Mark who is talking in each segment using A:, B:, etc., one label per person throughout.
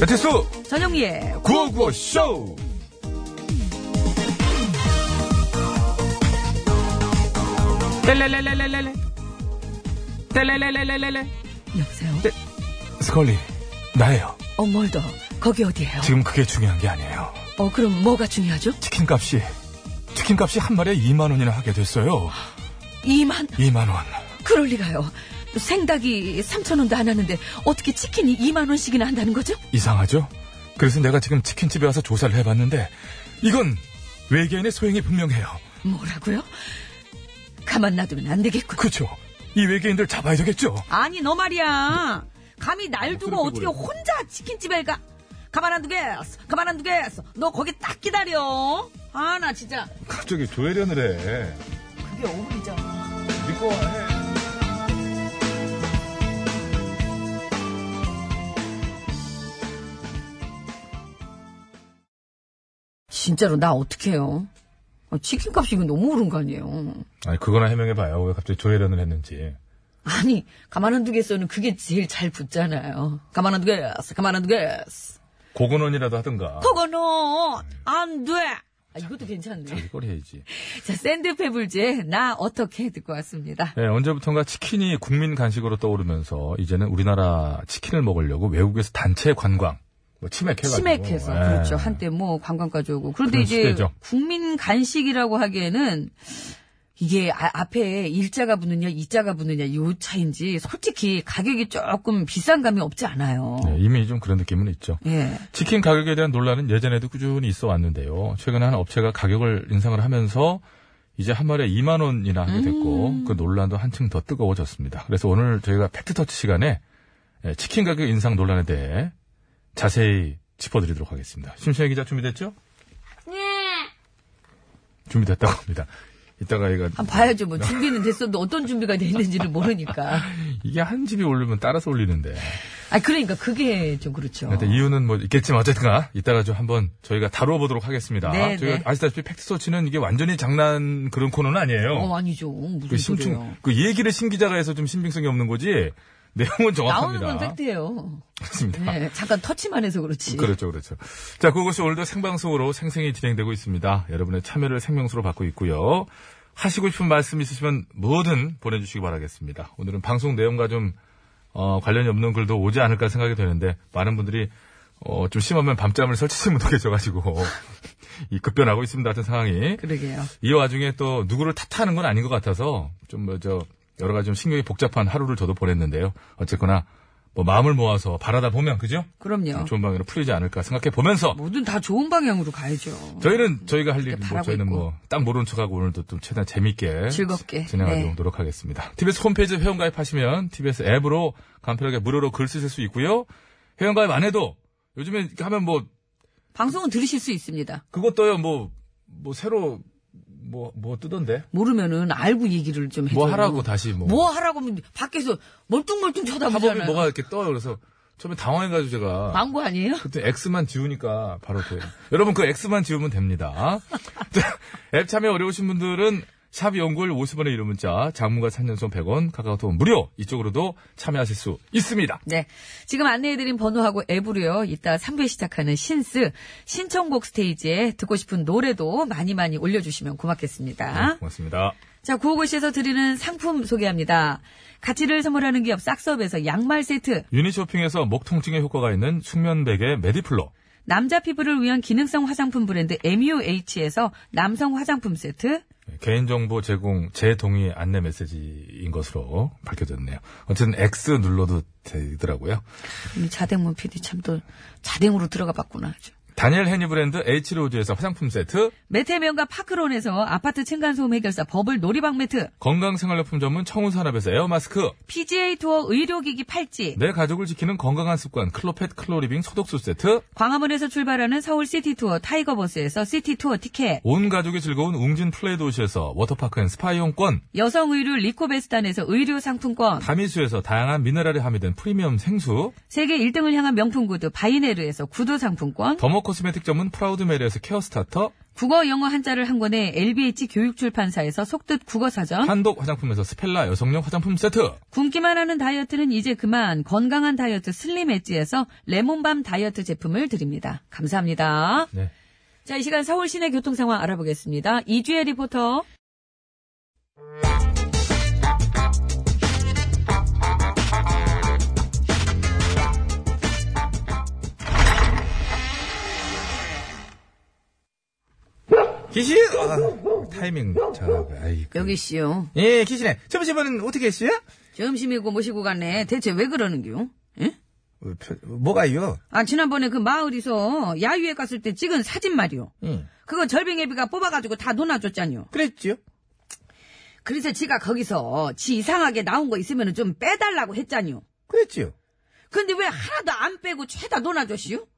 A: 배치수
B: 전영미의
A: 구호구호쇼 떼레레레레레레 떼레레레레레레
B: 여보세요?
A: 스컬리 나예요
B: 어, 멀더. 거기 어디예요?
A: 지금 그게 중요한 게 아니에요
B: 어, 그럼 뭐가 중요하죠?
A: 치킨값이 치킨값이 한 마리에 2만 원이나 하게 됐어요
B: 이만
A: 2만 원
B: 그럴 리가요. 생닭이 3천 원도 안 하는데 어떻게 치킨이 2만 원씩이나 한다는 거죠?
A: 이상하죠? 그래서 내가 지금 치킨집에 와서 조사를 해봤는데 이건 외계인의 소행이 분명해요
B: 뭐라고요? 가만 놔두면 안 되겠군.
A: 그쵸? 이 외계인들 잡아야 되겠죠?
B: 아니 너 말이야. 감히 날 두고
A: 그렇게
B: 어떻게
A: 뭐래.
B: 혼자 치킨집에 가? 가만 안 두겠어. 가만 안 두겠어. 너 거기 딱 기다려. 아 나 진짜
A: 갑자기 조회련을 해
B: 그게 어울리죠.
A: 믿고 해
C: 진짜로 나 어떡해요? 아, 치킨값이 이거 너무 오른 거 아니에요?
A: 아니 그거나 해명해봐요. 왜 갑자기 조회련을 했는지.
C: 아니 가만 안 두겠어는 그게 제일 잘 붙잖아요. 가만 안 두겠어, 가만 안 두겠어.
A: 고건원이라도 하든가.
C: 그거는 안 돼. 아, 이것도 괜찮네.
A: 이걸 해야지.
C: 자 샌드페블즈의 나 어떻게 듣고 왔습니다.
A: 네, 언제부턴가 치킨이 국민 간식으로 떠오르면서 이제는 우리나라 치킨을 먹으려고 외국에서 단체 관광, 뭐 치맥해가지고.
C: 치맥해서
A: 예.
C: 그렇죠. 한때 뭐 관광까지 오고 그런데
A: 그런
C: 이제
A: 시대죠.
C: 국민 간식이라고 하기에는 이게 아- 앞에 일자가 붙느냐 이자가 붙느냐 요 차인지 솔직히 가격이 조금 비싼 감이 없지 않아요.
A: 네, 이미 좀 그런 느낌은 있죠.
C: 예.
A: 치킨 가격에 대한 논란은 예전에도 꾸준히 있어 왔는데요. 최근에 한 업체가 가격을 인상을 하면서 이제 한 마리에 2만 원이나 하게 됐고 그 논란도 한층 더 뜨거워졌습니다. 그래서 오늘 저희가 팩트터치 시간에 예, 치킨 가격 인상 논란에 대해 자세히 짚어드리도록 하겠습니다. 심심해 기자 준비됐죠? 네. 준비됐다고 합니다. 이따가 얘가
C: 한 봐야죠. 뭐 준비는 됐어도 어떤 준비가 돼 있는지를 모르니까.
A: 이게 한 집이 올리면 따라서 올리는데
C: 아 그러니까 그게 좀 그렇죠.
A: 일단 이유는 뭐 있겠지만 어쨌든가 이따가 좀 한번 저희가 다루어 보도록 하겠습니다.
C: 네,
A: 저희가
C: 네.
A: 아시다시피 팩트 서치는 이게 완전히 장난 그런 코너는 아니에요.
C: 어 아니죠. 무슨
A: 그 심층
C: 소리예요.
A: 그 얘기를 신 기자가 해서 좀 신빙성이 없는 거지 내용은
C: 나오는
A: 정확합니다.
C: 건 팩트예요.
A: 그렇습니다.
C: 네, 잠깐 터치만 해서 그렇지.
A: 그렇죠, 그렇죠. 자, 그것이 오늘도 생방송으로 생생히 진행되고 있습니다. 여러분의 참여를 생명수로 받고 있고요. 하시고 싶은 말씀 있으시면 뭐든 보내주시기 바라겠습니다. 오늘은 방송 내용과 좀 어, 관련이 없는 글도 오지 않을까 생각이 되는데 많은 분들이 어, 좀 심하면 밤잠을 설치신 분도 계셔가지고 이 급변하고 있습니다. 같은 상황이
C: 그러게요.
A: 이 와중에 또 누구를 탓하는 건 아닌 것 같아서 좀 뭐 저 여러 가지 좀 신경이 복잡한 하루를 저도 보냈는데요. 어쨌거나 뭐 마음을 모아서 바라다 보면 그죠?
C: 그럼요.
A: 좋은 방향으로 풀리지 않을까 생각해 보면서
C: 어. 뭐든 다 좋은 방향으로 가야죠.
A: 저희는 저희가 할 일, 뭐
C: 바라고
A: 저희는
C: 있고.
A: 뭐 딱 모른 척하고 오늘도 좀 최대한 재밌게
C: 즐겁게. 네.
A: 진행하도록 노력하겠습니다. TBS 홈페이지 회원가입하시면 TBS 앱으로 간편하게 무료로 글 쓰실 수 있고요. 회원가입 안 해도 요즘에 이렇게 하면 뭐
C: 방송은 들으실 수 있습니다.
A: 그것도요 뭐 뭐 새로 뭐 뭐 뜨던데
C: 모르면은 알고 얘기를 좀 해줘.
A: 뭐 하라고 다시 뭐,
C: 뭐 하라고 하면 밖에서
A: 팝업이
C: 멀뚱멀뚱 쳐다보잖아요.
A: 뭐가 이렇게 떠요. 그래서 처음에 당황해가지고 제가
C: 망고 아니에요?
A: 그때 X만 지우니까 바로 돼요. 여러분 그 X만 지우면 됩니다. 자, 앱 참여 어려우신 분들은 샵 연골 50원의 이름 문자, 장문과 3년송 100원, 카카오톡 무료. 이쪽으로도 참여하실 수 있습니다.
C: 네. 지금 안내해드린 번호하고 앱으로요, 이따 3부에 시작하는 신스, 신청곡 스테이지에 듣고 싶은 노래도 많이 많이 올려주시면 고맙겠습니다.
A: 네, 고맙습니다.
C: 자, 구호고시에서 드리는 상품 소개합니다. 가치를 선물하는 기업 싹스업에서 양말 세트,
A: 유니쇼핑에서 목 통증에 효과가 있는 숙면 베개 메디플로,
C: 남자 피부를 위한 기능성 화장품 브랜드 MUH에서 남성 화장품 세트,
A: 네, 개인정보 제공 제 동의 안내 메시지인 것으로 밝혀졌네요. 어쨌든 X 눌러도 되더라고요.
C: 이 자댕문 PD 참 또 자댕으로 들어가 봤구나. 아주.
A: 다니엘 헤니 브랜드 H로즈에서 화장품 세트,
C: 메테면과 파크론에서 아파트 층간소음 해결사 버블 놀이방 매트,
A: 건강생활용품 전문 청운산업에서 에어마스크,
C: PGA 투어 의료기기 팔찌,
A: 내 가족을 지키는 건강한 습관 클로펫 클로리빙 소독수 세트,
C: 광화문에서 출발하는 서울 시티 투어 타이거버스에서 시티 투어 티켓,
A: 온 가족이 즐거운 웅진 플레이 도시에서 워터파크 앤 스파 이용권,
C: 여성 의류 리코베스탄에서 의류 상품권,
A: 다미수에서 다양한 미네랄이 함유된 프리미엄 생수,
C: 세계 1등을 향한 명품 구두 바이네르에서 구두 상품권,
A: 더머 코스메틱 전문 프라우드메리에서 케어 스타터,
C: 국어 영어 한자를 한 권에 LBH 교육출판사에서 속뜻 국어사전,
A: 한독 화장품에서 스펠라 여성용 화장품 세트,
C: 굶기만 하는 다이어트는 이제 그만 건강한 다이어트 슬림 엣지에서 레몬밤 다이어트 제품을 드립니다. 감사합니다.
A: 네.
C: 자, 이 시간 서울 시내 교통 상황 알아보겠습니다. 이주혜 리포터.
A: 기시! 아, 타이밍 잘, 아이고.
C: 여기 씨요.
A: 예, 기시네. 점심은 어떻게 했어요?
C: 점심이고 모시고 갔네. 대체 왜 그러는겨? 응?
A: 어, 저, 뭐가요?
C: 아, 지난번에 그 마을에서 야유회 갔을 때 찍은 사진 말이요.
A: 응.
C: 그거 절빙애비가 뽑아가지고 다 논아줬잖요.
A: 그랬지요?
C: 그래서 지가 거기서 지 이상하게 나온 거 있으면 좀 빼달라고 했잖요.
A: 그랬지요?
C: 근데 왜 하나도 안 빼고 죄다 논아줬시요?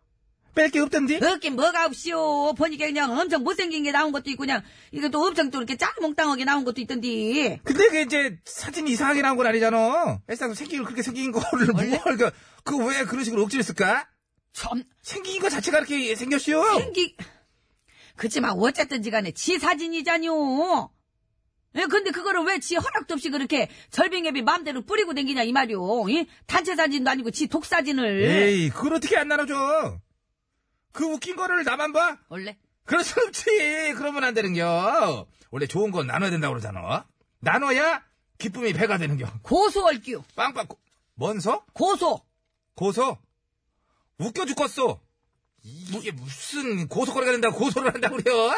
A: 뺄 게 없던데?
C: 그게 뭐가 없시요. 보니까 그냥 엄청 못생긴 게 나온 것도 있고 그냥 이거 또 엄청 또 이렇게 짜몽땅하게 나온 것도 있던디.
D: 근데 그 이제 사진이 이상하게 나온 건 아니잖아. 일단 생긴 걸 그렇게 생긴 거를 뭘, 그, 그왜 그런 식으로 억지로 했을까?
C: 참
D: 생긴 거 자체가 그렇게 생겼슈.
C: 생기. 그치만 어쨌든지 간에 지 사진이잖요. 예, 근데 그거를 왜 지 허락도 없이 그렇게 절빙앱이 마음대로 뿌리고 댕기냐 이 말이오. 예? 단체 사진도 아니고 지 독사진을.
D: 에이, 그걸 어떻게 안 나눠줘? 그 웃긴 거를 나만 봐?
C: 원래
D: 그럴 수 없지. 그러면 안 되는겨. 원래 좋은 건 나눠야 된다고 그러잖아. 나눠야 기쁨이 배가 되는겨.
C: 고소할게요.
D: 빵빵, 고, 뭔서?
C: 고소.
D: 고소? 웃겨 죽겠어. 이게 무슨 고소거리가 된다고 고소를 한다고 그래요?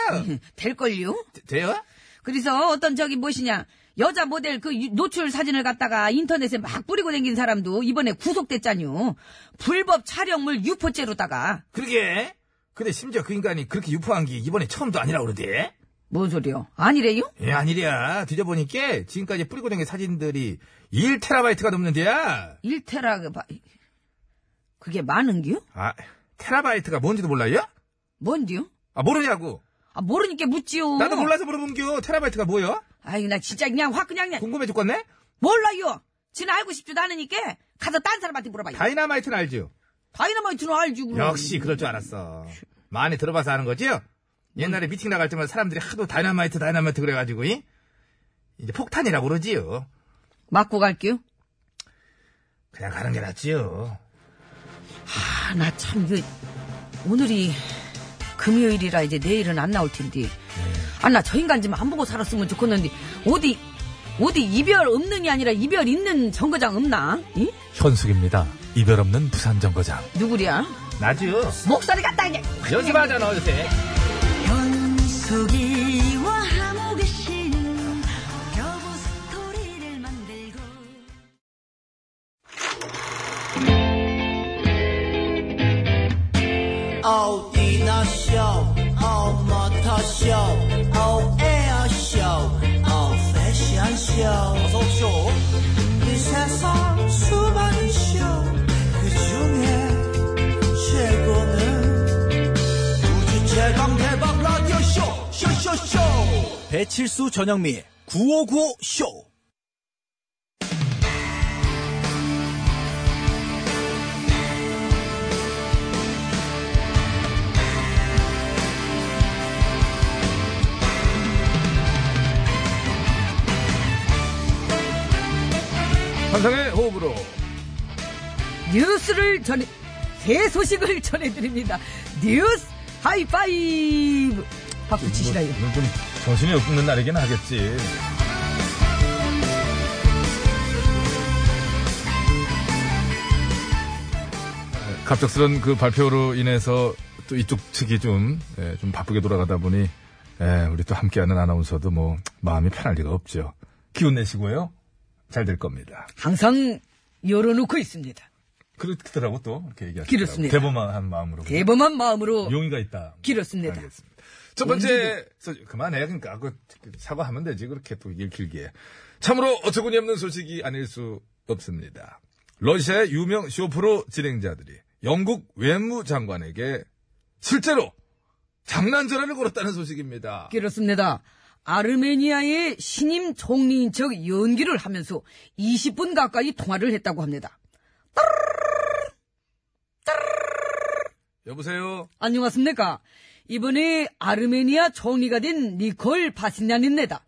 C: 될걸요?
D: 되- 돼요?
C: 그래서 어떤 저기 무엇이냐 여자 모델 그 유- 노출 사진을 갖다가 인터넷에 막 뿌리고 댕긴 사람도 이번에 구속됐잖요. 불법 촬영물 유포죄로다가
D: 그러게. 근데 심지어 그 인간이 그렇게 유포한 게 이번에 처음도 아니라 그러대.
C: 뭔 소리요? 아니래요?
D: 예, 아니랴. 뒤져보니까 지금까지 뿌리고 댕긴 사진들이 1테라바이트가 넘는데야.
C: 일테라 그 바- 그게 많은겨?
D: 아, 테라바이트가 뭔지도 몰라요?
C: 뭔디요?
D: 아, 모르냐고.
C: 아 모르니까 묻지요.
D: 나도 몰라서 물어본겨. 테라바이트가 뭐요?
C: 아이 나 진짜 그냥 확 그냥 그냥
D: 궁금해 죽겠네?
C: 몰라요. 지는 알고 싶지도 않으니까 가서 딴 사람한테 물어봐요.
D: 다이나마이트는 알죠?
C: 다이너마이트는 알지 그럼.
D: 역시 그럴 줄 알았어. 많이 들어봐서 아는 거지요? 옛날에 미팅 나갈 때마다 사람들이 하도 다이나마이트, 다이나마이트 그래가지고, 이? 이제 폭탄이라고 그러지요.
C: 맞고 갈게요.
D: 그냥 가는 게 낫지요.
C: 아 나 참 이거 오늘이 금요일이라 이제 내일은 안 나올 텐데 아 나 저 인간 좀 안 보고 살았으면 좋겠는데 어디 어디 이별 없는 게 아니라 이별 있는 정거장 없나? 이?
A: 현숙입니다. 이별 없는 부산 정거장.
C: 누구랴?
D: 나지요.
C: 목소리 같다 이제
D: 연습하잖아, 요새.
E: 현숙이와 함께신 여보 스토리를 만들고
F: 오 디너쇼 오 모터쇼 오 에어쇼 오 패션쇼 어서쇼 이 세상 수많은 쇼그 중에 최고는 우주 최강 대박 라디오 쇼 쇼쇼쇼 배칠수 전영미 9595쇼
E: 이
A: 환상의 호흡으로
C: 뉴스를 전해 새 소식을 전해드립니다. 뉴스 하이파이브
A: 뭐
C: 박수치시라요.
A: 오늘 좀 정신이 없는 날이긴 하겠지. 갑작스런 그 발표로 인해서 또 이쪽 측이 좀, 예, 좀 바쁘게 돌아가다 보니, 예, 우리 또 함께하는 아나운서도 뭐, 마음이 편할 리가 없죠. 기운 내시고요. 잘 될 겁니다.
C: 항상 열어놓고 있습니다.
A: 그렇더라고 또, 이렇게 얘기하시더라고.
C: 그렇습니다.
A: 대범한 마음으로.
C: 대범한 마음으로
A: 용의가 있다.
C: 길었습니다.
A: 알겠습니다. 첫 번째 소식, 그만해. 그러니까 아까 그 사과하면 되지. 그렇게 또 일 길게. 참으로 어처구니 없는 소식이 아닐 수 없습니다. 러시아의 유명 쇼프로 진행자들이 영국 외무장관에게 실제로 장난전화를 걸었다는 소식입니다.
C: 길었습니다. 아르메니아의 신임 총리인 척 연기를 하면서 20분 가까이 통화를 했다고 합니다.
A: 여보세요?
C: 안녕하십니까. 이번에 아르메니아 총리가 된 니콜 바시냐닌네다.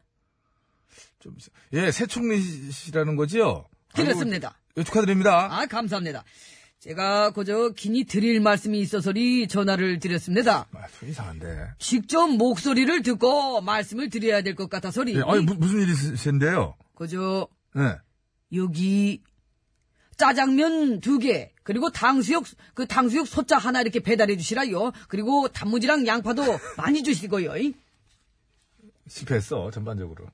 A: 좀, 예, 새 총리시라는 거지요?
C: 그렇습니다.
A: 아이고, 예, 축하드립니다.
C: 아, 감사합니다. 제가 그저 긴히 드릴 말씀이 있어서리 전화를 드렸습니다.
A: 아, 좀 이상한데.
C: 직접 목소리를 듣고 말씀을 드려야 될 것 네, 같아서리.
A: 예, 아니, 무, 무슨 일이신데요?
C: 그저
A: 예.
C: 여기 짜장면 두 개, 그리고 탕수육, 그 탕수육 소자 하나 이렇게 배달해 주시라요. 그리고 단무지랑 양파도 많이 주시고요. 이.
A: 실패했어 전반적으로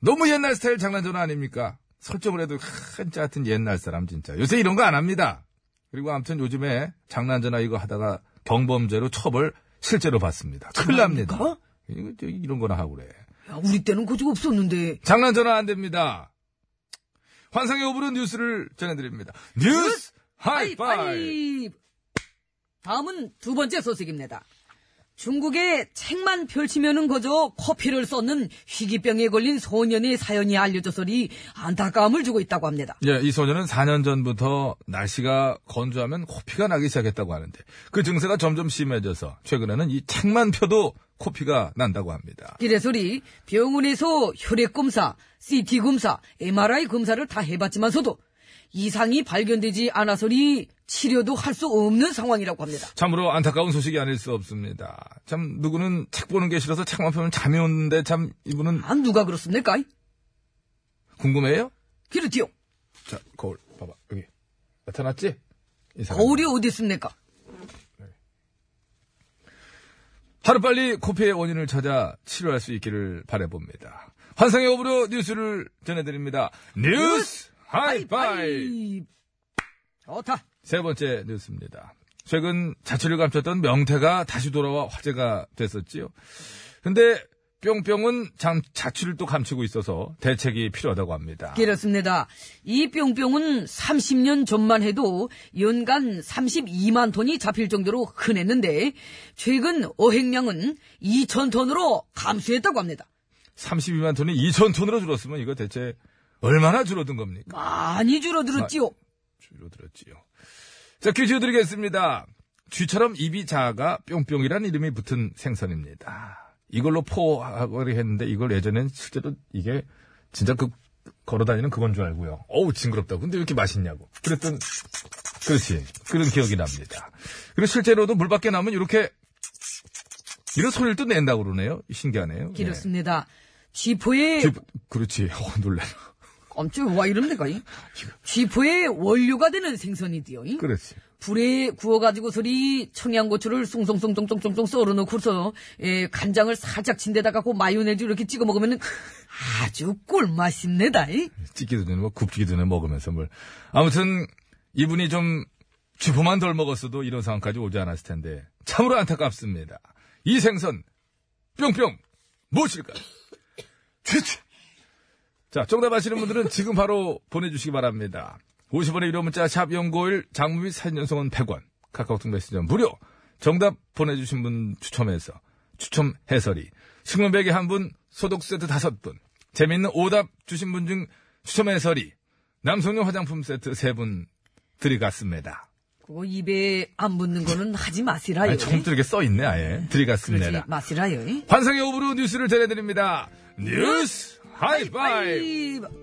A: 너무 옛날 스타일 장난 전화 아닙니까 설정을 해도 한짜 같은 옛날 사람 진짜 요새 이런 거 안 합니다 그리고 아무튼 요즘에 장난 전화 이거 하다가 경범죄로 처벌 실제로 받습니다 큰일 납니다
C: 그런가?
A: 이거 저 이런 거나 하고 그래
C: 야, 우리 때는 그저 없었는데.
A: 장난 전화 안 됩니다 환상의 오브로 뉴스를 전해드립니다 뉴스 하이파이
C: 하이파이브. 다음은 두 번째 소식입니다. 중국에 책만 펼치면은 거저 커피를 쏟는 희귀병에 걸린 소년의 사연이 알려져서리 안타까움을 주고 있다고 합니다.
A: 예, 이 소녀는 4년 전부터 날씨가 건조하면 코피가 나기 시작했다고 하는데 그 증세가 점점 심해져서 최근에는 이 책만 펴도 코피가 난다고 합니다.
C: 이래서리 병원에서 혈액 검사, CT 검사, MRI 검사를 다 해봤지만서도 이상이 발견되지 않아서리 치료도 할 수 없는 상황이라고 합니다.
A: 참으로 안타까운 소식이 아닐 수 없습니다. 참 누구는 책 보는 게 싫어서 책만 펴면 잠이 오는데 참 이분은
C: 아, 누가 그렇습니까?
A: 궁금해요?
C: 그렇지요.
A: 자, 거울 봐봐 여기 나타났지? 이 사람.
C: 거울이 어디 있습니까?
A: 하루빨리 코피의 원인을 찾아 치료할 수 있기를 바라봅니다. 환상의 오브로 뉴스를 전해드립니다. 뉴스 하이파이!
C: 좋다.
A: 세 번째 뉴스입니다. 최근 자취를 감췄던 명태가 다시 돌아와 화제가 됐었지요. 근데 뿅뿅은 참 자취를 또 감추고 있어서 대책이 필요하다고 합니다.
C: 그렇습니다. 이 뿅뿅은 30년 전만 해도 연간 32만 톤이 잡힐 정도로 흔했는데 최근 어획량은 2천 톤으로 감소했다고 합니다.
A: 32만 톤이 2천 톤으로 줄었으면 이거 대체 얼마나 줄어든 겁니까?
C: 많이 줄어들었지요.
A: 줄어들었지요. 자, 퀴즈 드리겠습니다. 쥐처럼 입이 작아 뿅뿅이라는 이름이 붙은 생선입니다. 이걸로 포하거리 했는데 이걸 예전엔 실제로 이게 진짜 그 걸어다니는 그건 줄 알고요. 어우 징그럽다. 근데 왜 이렇게 맛있냐고. 그랬던 그렇지 그런 기억이 납니다. 그리고 실제로도 물 밖에 나면 이렇게 이런 소리를 또 낸다고 그러네요. 신기하네요. 예.
C: 그렇습니다. 쥐포의
A: 쥐- 그렇지. 어, 놀래.
C: 엄청 와 이런 데가 이 쥐포의 원료가 되는 생선이디요. 이.
A: 그렇지.
C: 불에 구워가지고 소리 청양고추를 쏭쏭쏭쏭쏭쏭 썰어놓고서 예, 간장을 살짝 진데다가 그 마요네즈 이렇게 찍어 먹으면 아주 꿀맛입니다. 이.
A: 찢기도 전에 뭐 굽기도 전에 먹으면서 뭘. 아무튼 이분이 좀 쥐포만 덜 먹었어도 이런 상황까지 오지 않았을 텐데 참으로 안타깝습니다. 이 생선 뿅뿅 무엇일까? 쥐쥐. 자, 정답 아시는 분들은 지금 바로 보내주시기 바랍니다. 50원의 유료 문자 샵 연고일 장무 및 사진 연속은 100원 카카오톡 메시지 무료 정답 보내주신 분 추첨해서 추첨 해설이 숙면베개 한분 소독 세트 다섯 분 재미있는 오답 주신 분 중 추첨 해설이 남성용 화장품 세트 세 분 드리겠습니다.
C: 그거 입에 안 붙는 거는 하지 마시라요.
A: 아니, 처음 들게 써있네 아예
C: 그러지
A: 드리겠습니다.
C: 마시라요. 이.
A: 환상의 오브로 뉴스를 전해드립니다. 뉴스 하이파이브
C: 아이,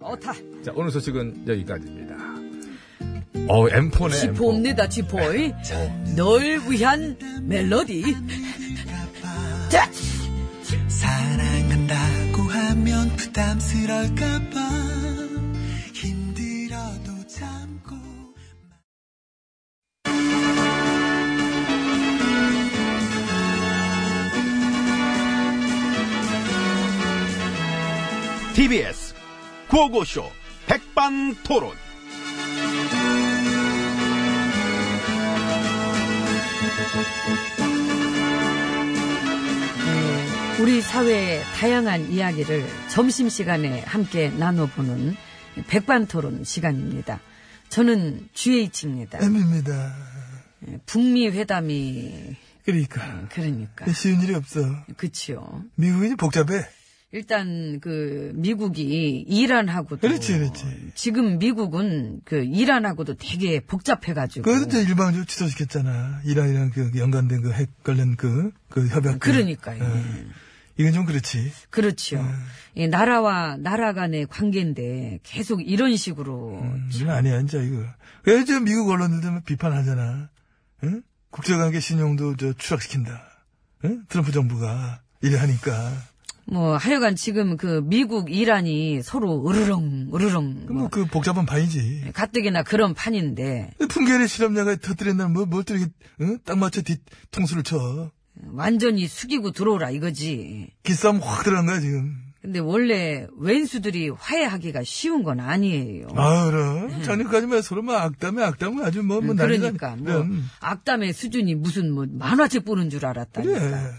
C: 어타.
A: 자, 오늘 소식은 여기까지입니다. 어, M4네. 뭐. M4.
C: 지포입니다, 지포이. 널 위한 멜로디. 자,
F: 사랑한다고 하면 부담스러울까봐 힘들어도 참고
G: TBS 구호고쇼 백반토론.
C: 우리 사회의 다양한 이야기를 점심시간에 함께 나눠보는 백반토론 시간입니다. 저는 GH입니다.
H: 음. M입니다.
C: 북미 회담이,
H: 그러니까.
C: 그러니까.
H: 쉬운 일이 없어.
C: 그치요.
H: 미국이 복잡해.
C: 일단 그 미국이 이란하고도
H: 그렇지, 그렇지.
C: 지금 미국은 그 이란하고도 되게 복잡해가지고
H: 그것도 이제 일방적으로 취소시켰잖아. 이란이랑 그 연관된 그 핵 관련 그, 그 협약. 그-
C: 그러니까요.
H: 이건 좀 그렇지.
C: 그렇죠.
H: 음.
C: 이 나라와 나라 간의 관계인데 계속 이런 식으로
H: 음, 이건 아니야, 이제 이거. 그래서 지금 미국 언론들도 막 비판하잖아. 응? 국제관계 신용도 저 추락시킨다. 응? 트럼프 정부가. 이래 하니까.
C: 뭐 하여간 지금 그 미국 이란이 서로 으르렁 으르렁
H: 그럼 뭐
C: 뭐
H: 그 복잡한 판이지.
C: 가뜩이나 그런 판인데
H: 풍계리 실험자가 터뜨린 날 뭐, 뭘 또 이렇게, 응? 딱 맞춰 뒤통수를 쳐.
C: 완전히 숙이고 들어오라 이거지.
H: 기싸움 확 들어간 거야, 지금.
C: 근데 원래 왼수들이 화해하기가 쉬운 건 아니에요.
H: 아, 그럼. 작년까지만 서로 막 악담에 악담을 아주 뭐, 뭐, 난리가
C: 음. 그러니까
H: 아니-
C: 뭐
H: 음.
C: 악담의 수준이 무슨 뭐 만화책 보는 줄
H: 그래.
C: 알았다니까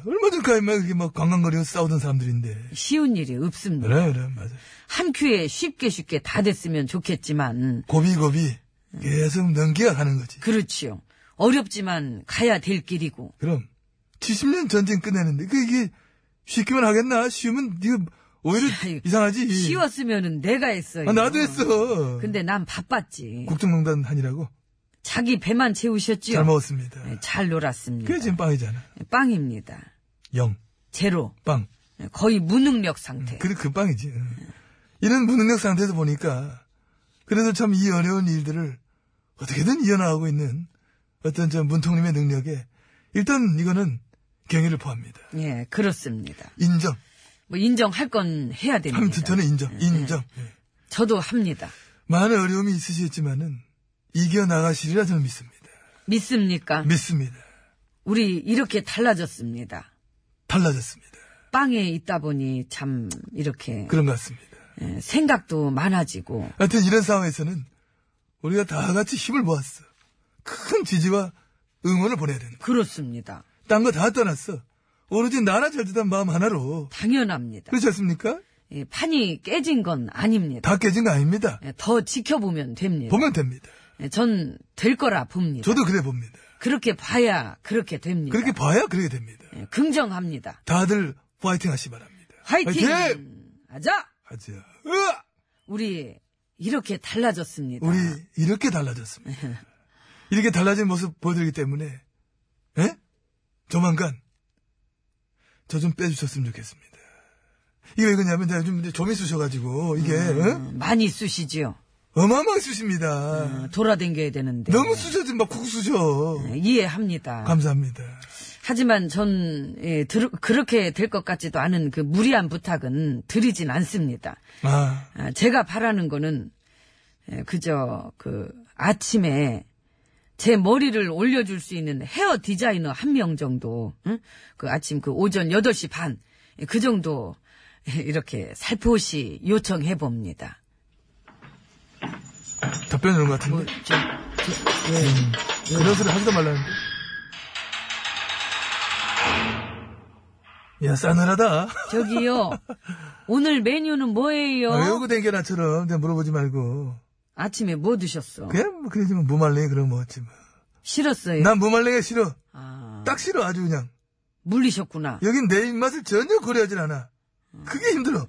H: 얼마 전까지 막 이렇게 막 관광거리에서 싸우던 사람들인데.
C: 쉬운 일이 없습니다.
H: 그래, 그래, 맞아.
C: 한 큐에 쉽게 쉽게 다 됐으면 좋겠지만
H: 고비고비.
C: 음.
H: 계속 넘기가 가는 거지.
C: 그렇지요. 어렵지만 가야 될 길이고
H: 그럼 70년 전쟁 끝내는데 그 이게 쉽기만 하겠나? 쉬우면 이거 오히려
C: 야, 이거
H: 이상하지.
C: 쉬웠으면은 내가 했어요.
H: 예. 아, 나도 했어.
C: 근데 난 바빴지.
H: 국정농단 하니라고
C: 자기 배만 채우셨지요.
H: 잘 먹었습니다.
C: 네, 잘 놀았습니다.
H: 그게 지금 빵이잖아.
C: 빵입니다.
H: 영
C: 제로. 네,
H: 빵.
C: 거의 무능력 상태.
H: 그, 그 빵이지. 응. 이런 무능력 상태에서 보니까 그래서 참 이 어려운 일들을 어떻게든 이어나가고 있는 어떤 저 문통님의 능력에 일단 이거는 경의를 포함합니다.
C: 예, 그렇습니다.
H: 인정.
C: 뭐 인정할 건 해야 됩니다.
H: 30초 전에 인정. 인정. 예.
C: 저도 합니다.
H: 많은 어려움이 있으시겠지만은 이겨나가시리라 저는 믿습니다.
C: 믿습니까?
H: 믿습니다.
C: 우리 이렇게 달라졌습니다.
H: 달라졌습니다.
C: 빵에 있다 보니 참 이렇게
H: 그런 것 같습니다.
C: 예, 생각도 많아지고
H: 하여튼 이런 상황에서는 우리가 다 같이 힘을 모았어. 큰 지지와 응원을 보내야 된다.
C: 그렇습니다.
H: 딴 거 다 떠났어. 오로지 나라 잘 되단 마음 하나로.
C: 당연합니다.
H: 그렇지 않습니까?
C: 예, 판이 깨진 건 아닙니다.
H: 다 깨진 거 아닙니다.
C: 예, 더 지켜보면 됩니다. 예,
H: 보면 됩니다.
C: 전 될 거라 봅니다.
H: 저도 그래 봅니다.
C: 그렇게 봐야 그렇게 됩니다.
H: 그렇게 봐야 그렇게 됩니다.
C: 예, 긍정합니다.
H: 다들 파이팅 하시 기 바랍니다.
C: 화이팅!
H: 화이팅!
C: 하자!
H: 하자. 으악!
C: 우리 이렇게 달라졌습니다.
H: 우리 어? 이렇게 달라졌습니다. 이렇게 달라진 모습 보여드리기 때문에, 예? 조만간 저 좀 빼주셨으면 좋겠습니다. 이게 왜 그러냐면 제가 요즘 이제 좀이 쑤셔가지고 이게 어?
C: 음, 많이 쑤시지요.
H: 어마어마하게 쑤십니다.
C: 음. 돌아댕겨야 되는데.
H: 너무 쑤셔 지금 막쿡 쑤셔.
C: 예, 이해합니다.
H: 감사합니다.
C: 하지만 전 예, 들- 그렇게 될 것 같지도 않은 그 무리한 부탁은 드리진 않습니다.
H: 아,
C: 아, 제가 바라는 거는 예, 그저 그 아침에 제 머리를 올려줄 수 있는 헤어 디자이너 한 명 정도, 응? 그 아침 그 오전 8시 반, 예, 그 정도 예, 이렇게 살포시 요청해 봅니다.
H: 답변 이런 것
C: 뭐,
H: 같은데. 그런 소리 하지도 말라는데. 야, 싸늘하다.
C: 저기요, 오늘 메뉴는 뭐예요?
H: 아, 외우고 댕겨 나처럼 그냥 물어보지 말고.
C: 아침에 뭐 드셨어?
H: 그냥 뭐 그러지 뭐 무말랭이 그런 거 먹었지 뭐.
C: 싫었어요.
H: 난 무말랭이 싫어.
C: 아,
H: 딱 싫어 아주 그냥.
C: 물리셨구나.
H: 여긴 내 입맛을 전혀 고려하진 않아. 그게 힘들어.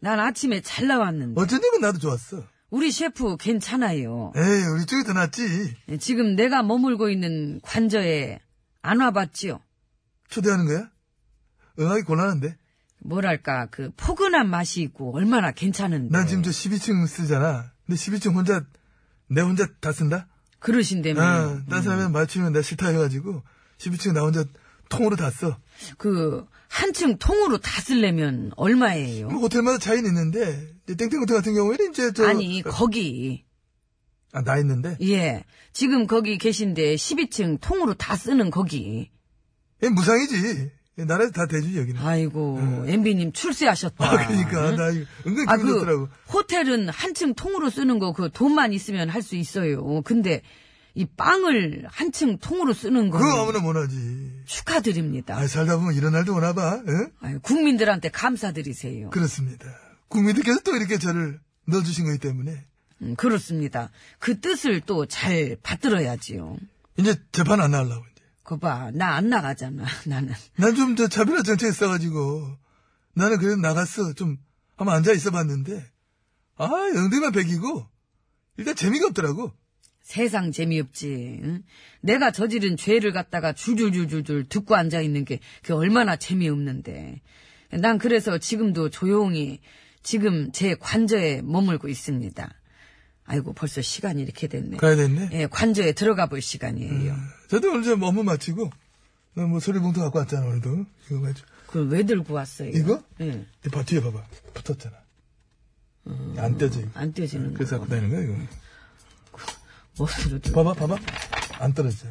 C: 난 아침에 잘 나왔는데.
H: 어쩐지 그 나도 좋았어.
C: 우리 셰프 괜찮아요.
H: 에이 우리 쪽이 더 낫지.
C: 예, 지금 내가 머물고 있는 관저에 안 와봤지요?
H: 초대하는 거야? 응하기 곤란한데.
C: 뭐랄까 그 포근한 맛이 있고 얼마나 괜찮은데
H: 난 지금 저 12층 쓰잖아. 근데 12층 혼자, 내 혼자 다 쓴다?
C: 그러신다면
H: 아, 딴 사람이랑 맞추면 나 싫다 해가지고, 12층 나 혼자 통으로 다 써.
C: 그 한층 통으로 다 쓰려면 얼마예요?
H: 뭐 호텔마다 차이는 있는데, 이제 땡땡 호텔 같은 경우에는 이제 저.
C: 아니 거기
H: 아, 나 있는데?
C: 예 지금 거기 계신데 12층 통으로 다 쓰는 거기
H: 얘 무상이지. 얘 나라에서 다 대주지, 여기는. 아,
C: 아이고 엠비님 출세하셨다
H: 그러니까. 나 이거 은근
C: 아,
H: 기분
C: 그,
H: 좋더라고.
C: 호텔은 한층 통으로 쓰는 거, 그 돈만 있으면 할 수 있어요. 근데, 이 빵을 한층 통으로 쓰는 거.
H: 그거 아무나 못하지.
C: 축하드립니다.
H: 아, 살다 보면 이런 날도 오나 봐. 응?
C: 아유, 국민들한테 감사드리세요.
H: 그렇습니다. 국민들께서 또 이렇게 저를 넣어주신 거기 때문에
C: 음, 그렇습니다. 그 뜻을 또 잘 받들어야지요.
H: 이제 재판 안 나가려고 이제.
C: 거 봐, 나 안 나가잖아, 나는.
H: 난 좀 저 차별화 정책에 있어가지고 나는 그래도 나갔어. 좀 한번 앉아 있어봤는데 아 영등만 백이고 일단 재미가 없더라고.
C: 세상 재미없지. 응? 내가 저지른 죄를 갖다가 줄줄줄줄줄 듣고 앉아있는 게 그게 얼마나 재미없는데. 난 그래서 지금도 조용히 지금 제 관저에 머물고 있습니다. 아이고 벌써 시간이 이렇게 됐네.
H: 가야 됐네.
C: 예, 관저에 들어가 볼 시간이에요.
H: 저도 오늘 좀 업무 마치고 나 뭐 소리봉투 갖고 왔잖아 오늘도 이거 가지고
C: 그걸 왜 들고 왔어요?
H: 이거?
C: 예.
H: 이봐 뒤에 봐봐 붙었잖아. 안 떼져 이거.
C: 안 떼지는 거.
H: 아, 그래서 갖고 다니는 거야 이거.
C: 멋으로 들
H: 봐봐 봐봐 안 떨어져.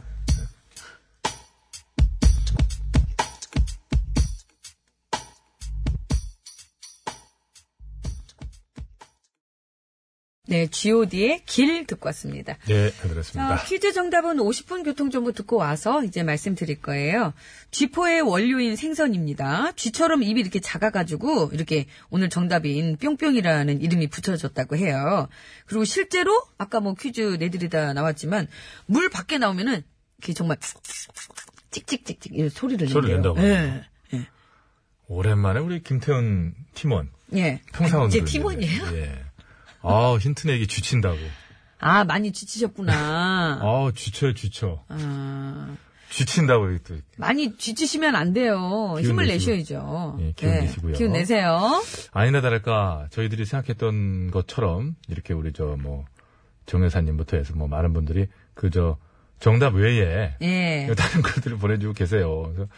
C: 네, G.O.D의 길 듣고 왔습니다.
A: 네, 잘
C: 자,
A: 들었습니다.
C: 퀴즈 정답은 50분 교통정보 듣고 와서 이제 말씀드릴 거예요. 쥐포의 원료인 생선입니다. 쥐처럼 입이 이렇게 작아가지고 이렇게 오늘 정답인 뿅뿅이라는 이름이 붙여졌다고 해요. 그리고 실제로 아까 뭐 퀴즈 내드리다 나왔지만 물 밖에 나오면은 이렇게 정말 찍찍찍찍 이런 소리를
A: 소리를
C: 낸대요. 예.
A: 낸다고요? 오랜만에 우리 김태훈 팀원,
C: 예. 예.
A: 평사원들.
C: 제 팀원이에요?
A: 예. 아, 힌트 내기 쥐친다고.
C: 아, 많이 지치셨구나.
A: 아, 쥐쳐요, 쥐쳐.
C: 아,
A: 쥐친다고 이렇게 또.
C: 많이 지치시면 안 돼요.
A: 기운
C: 힘을
A: 내시고.
C: 내셔야죠. 네,
A: 예, 기운 내시고요.
C: 기운 내세요.
A: 아니나 다를까, 저희들이 생각했던 것처럼, 이렇게 우리 저 뭐, 정 여사님부터 해서 뭐, 많은 분들이 그 저, 정답 외에,
C: 예.
A: 다른 글들을 보내주고 계세요. 그래서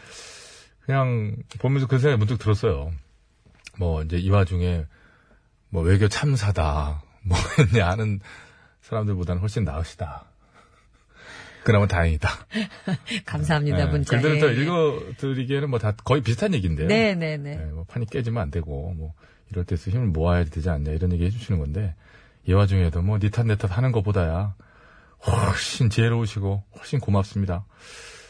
A: 그냥 보면서 그 생각이 문득 들었어요. 뭐 이제 이 와중에 뭐 외교 참사다 뭐 했냐 하는 사람들보다는 훨씬 나으시다. 그나마 다행이다.
C: 감사합니다,
A: 예,
C: 문자.
A: 글들을 또
C: 예, 예.
A: 읽어드리기에는 뭐 다 거의 비슷한 얘기인데요.
C: 네네네.
A: 예, 뭐 판이 깨지면 안 되고 뭐 이럴 때서 힘을 모아야 되지 않냐 이런 얘기 해주시는 건데 이 와중에도 뭐 니 탓 내 탓 하는 것보다야 훨씬 지혜로우시고 훨씬 고맙습니다.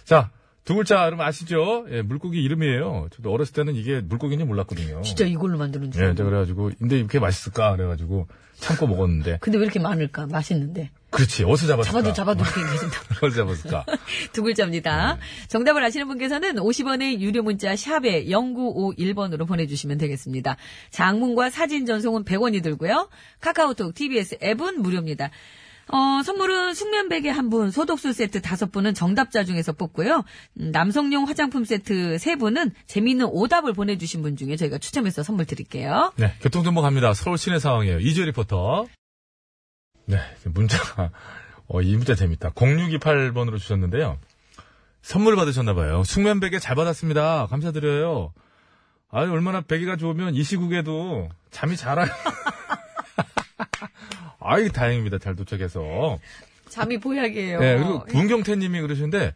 A: 자. 두 글자 여러분 아시죠? 예, 물고기 이름이에요. 저도 어렸을 때는 이게 물고기인지 몰랐거든요.
C: 진짜 이걸로 만드는 줄.
A: 예,
C: 알고.
A: 제가 그래가지고 근데 이렇게 맛있을까 그래가지고 참고 먹었는데
C: 근데 왜 이렇게 많을까? 맛있는데.
A: 그렇지 어디서 잡았을까? 뭐.
C: 잡아도 잡아도 이렇게 계신다.
A: 어디서 잡았을까?
C: 두 글자입니다. 정답을 아시는 분께서는 50원의 유료 문자 샵에 0951번으로 보내주시면 되겠습니다. 장문과 사진 전송은 100원이 들고요. 카카오톡, TBS 앱은 무료입니다. 어, 선물은 숙면 베개 한 분, 소독수 세트 다섯 분은 정답자 중에서 뽑고요. 음, 남성용 화장품 세트 세 분은 재미있는 오답을 보내주신 분 중에 저희가 추첨해서 선물 드릴게요.
A: 네, 교통정보 갑니다. 서울 시내 상황이에요. 이주혜 리포터. 네, 문자가, 어, 이 문자 재밌다. 0628번으로 주셨는데요. 선물 받으셨나봐요. 숙면 베개 잘 받았습니다. 감사드려요. 아유, 얼마나 베개가 좋으면 이 시국에도 잠이 잘 와요. 아이, 다행입니다. 잘 도착해서.
C: 잠이 보약이에요.
A: 네, 그리고 문경태 님이 그러시는데,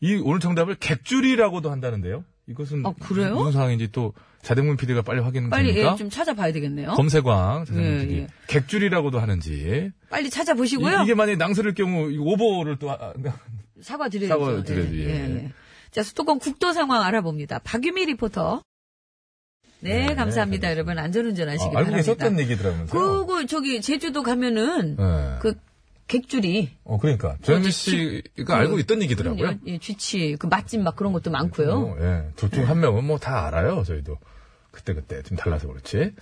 A: 이 오늘 정답을 객줄이라고도 한다는데요. 이것은
C: 아, 그래요?
A: 무슨 상황인지 또 자대문 PD가 빨리 확인
C: 빨리
A: 됩니까?
C: 예, 좀 찾아봐야 되겠네요.
A: 검색왕 자산들이
C: 예, 예.
A: 객줄이라고도 하는지
C: 빨리
A: 이,
C: 찾아보시고요.
A: 게 만약에 낭설일 경우 이 오보를 또 아,
C: 사과드려야죠.
A: 사과드려야죠, 예, 예.
C: 자, 수도권 국도 상황 알아봅니다. 박유미 리포터. 네,
A: 네, 알겠습니다.
C: 감사합니다,
A: 아,
C: 여러분. 안전운전 하시기
A: 알고
C: 바랍니다.
A: 계셨던 얘기더라면서요.
C: 그리고 저기 제주도 가면은
A: 예.
C: 그 객줄이
A: 어, 그러니까 조현미
C: 그
A: 씨가 알고 있던 얘기더라고요.
C: 예, 쥐치 그 맛집 막 그런 것도 많고요.
A: 어, 예. 둘 중 한 명은 뭐 다 알아요. 저희도 그때 그때 좀 달라서 그렇지.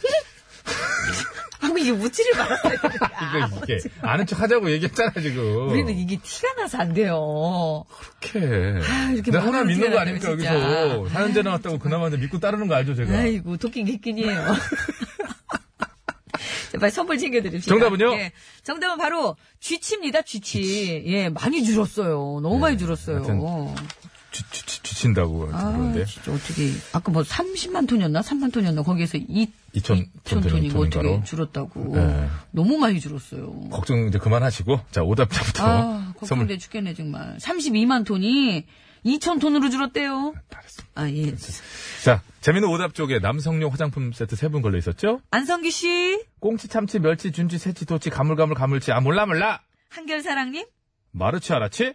C: 하고 이게 묻지를 말았어요. 아,
A: 그러니까 이게 아는 척 하자고 얘기했잖아 지금.
C: 우리는 이게 티가 나서 안 돼요.
A: 이렇게.
C: 아, 이렇게
A: 내가 하나
C: 모르는
A: 믿는 거
C: 사람이
A: 아닙니까
C: 진짜. 아,
A: 여기서 사연제 나왔다고 그나마 이제 믿고 따르는 거 알죠 제가.
C: 아이고, 도끼 기끼니에요. 자, 빨리 선물 챙겨드립시다.
A: 정답은요?
C: 예. 정답은 바로 쥐치입니다, 쥐치. 예, 많이 줄었어요. 너무 많이 줄었어요.
A: 예, 하여튼 쥐- 쥐- 쥐- 쥐친다고
C: 아,
A: 그러는데.
C: 진짜 어떻게. 아까 뭐 30만 톤이었나? 3만 톤이었나? 거기에서 2
A: 2천 톤 되는
C: 톤이고 어떻게
A: 톤인가로.
C: 줄었다고.
A: 네.
C: 너무 많이 줄었어요.
A: 걱정 이제 그만하시고 자 오답자부터
C: 아, 걱정돼
A: 선물
C: 죽겠네, 정말. 32만 톤이 2천 톤으로 줄었대요.
A: 알았습니다.
C: 아, 예.
A: 자 재미있는 오답 쪽에 남성용 화장품 세트 세 분 걸려 있었죠?
C: 안성기 씨,
A: 꽁치, 참치, 멸치, 준치, 새치, 도치, 가물가물, 가물치 아 몰라 몰라
C: 한결사랑님,
A: 마르치 알았지?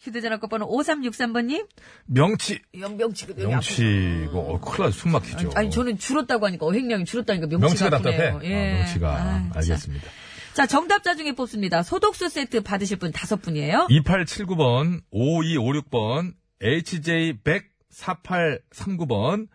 C: 휴대전화 끝번호 5363번님,
A: 명치
C: 명명치 그
A: 명치고 어, 큰일 나숨 막히죠.
C: 아니 저는 줄었다고 하니까 어획량이 줄었다니까 명치가
A: 명치가 답답해.
C: 아프네요. 예.
A: 아, 명치가
C: 아, 자.
A: 알겠습니다.
C: 자 정답자 중에 뽑습니다. 소독수 세트 받으실 분 다섯 분이에요.
A: 2879번, 5256번, HJ1004839번,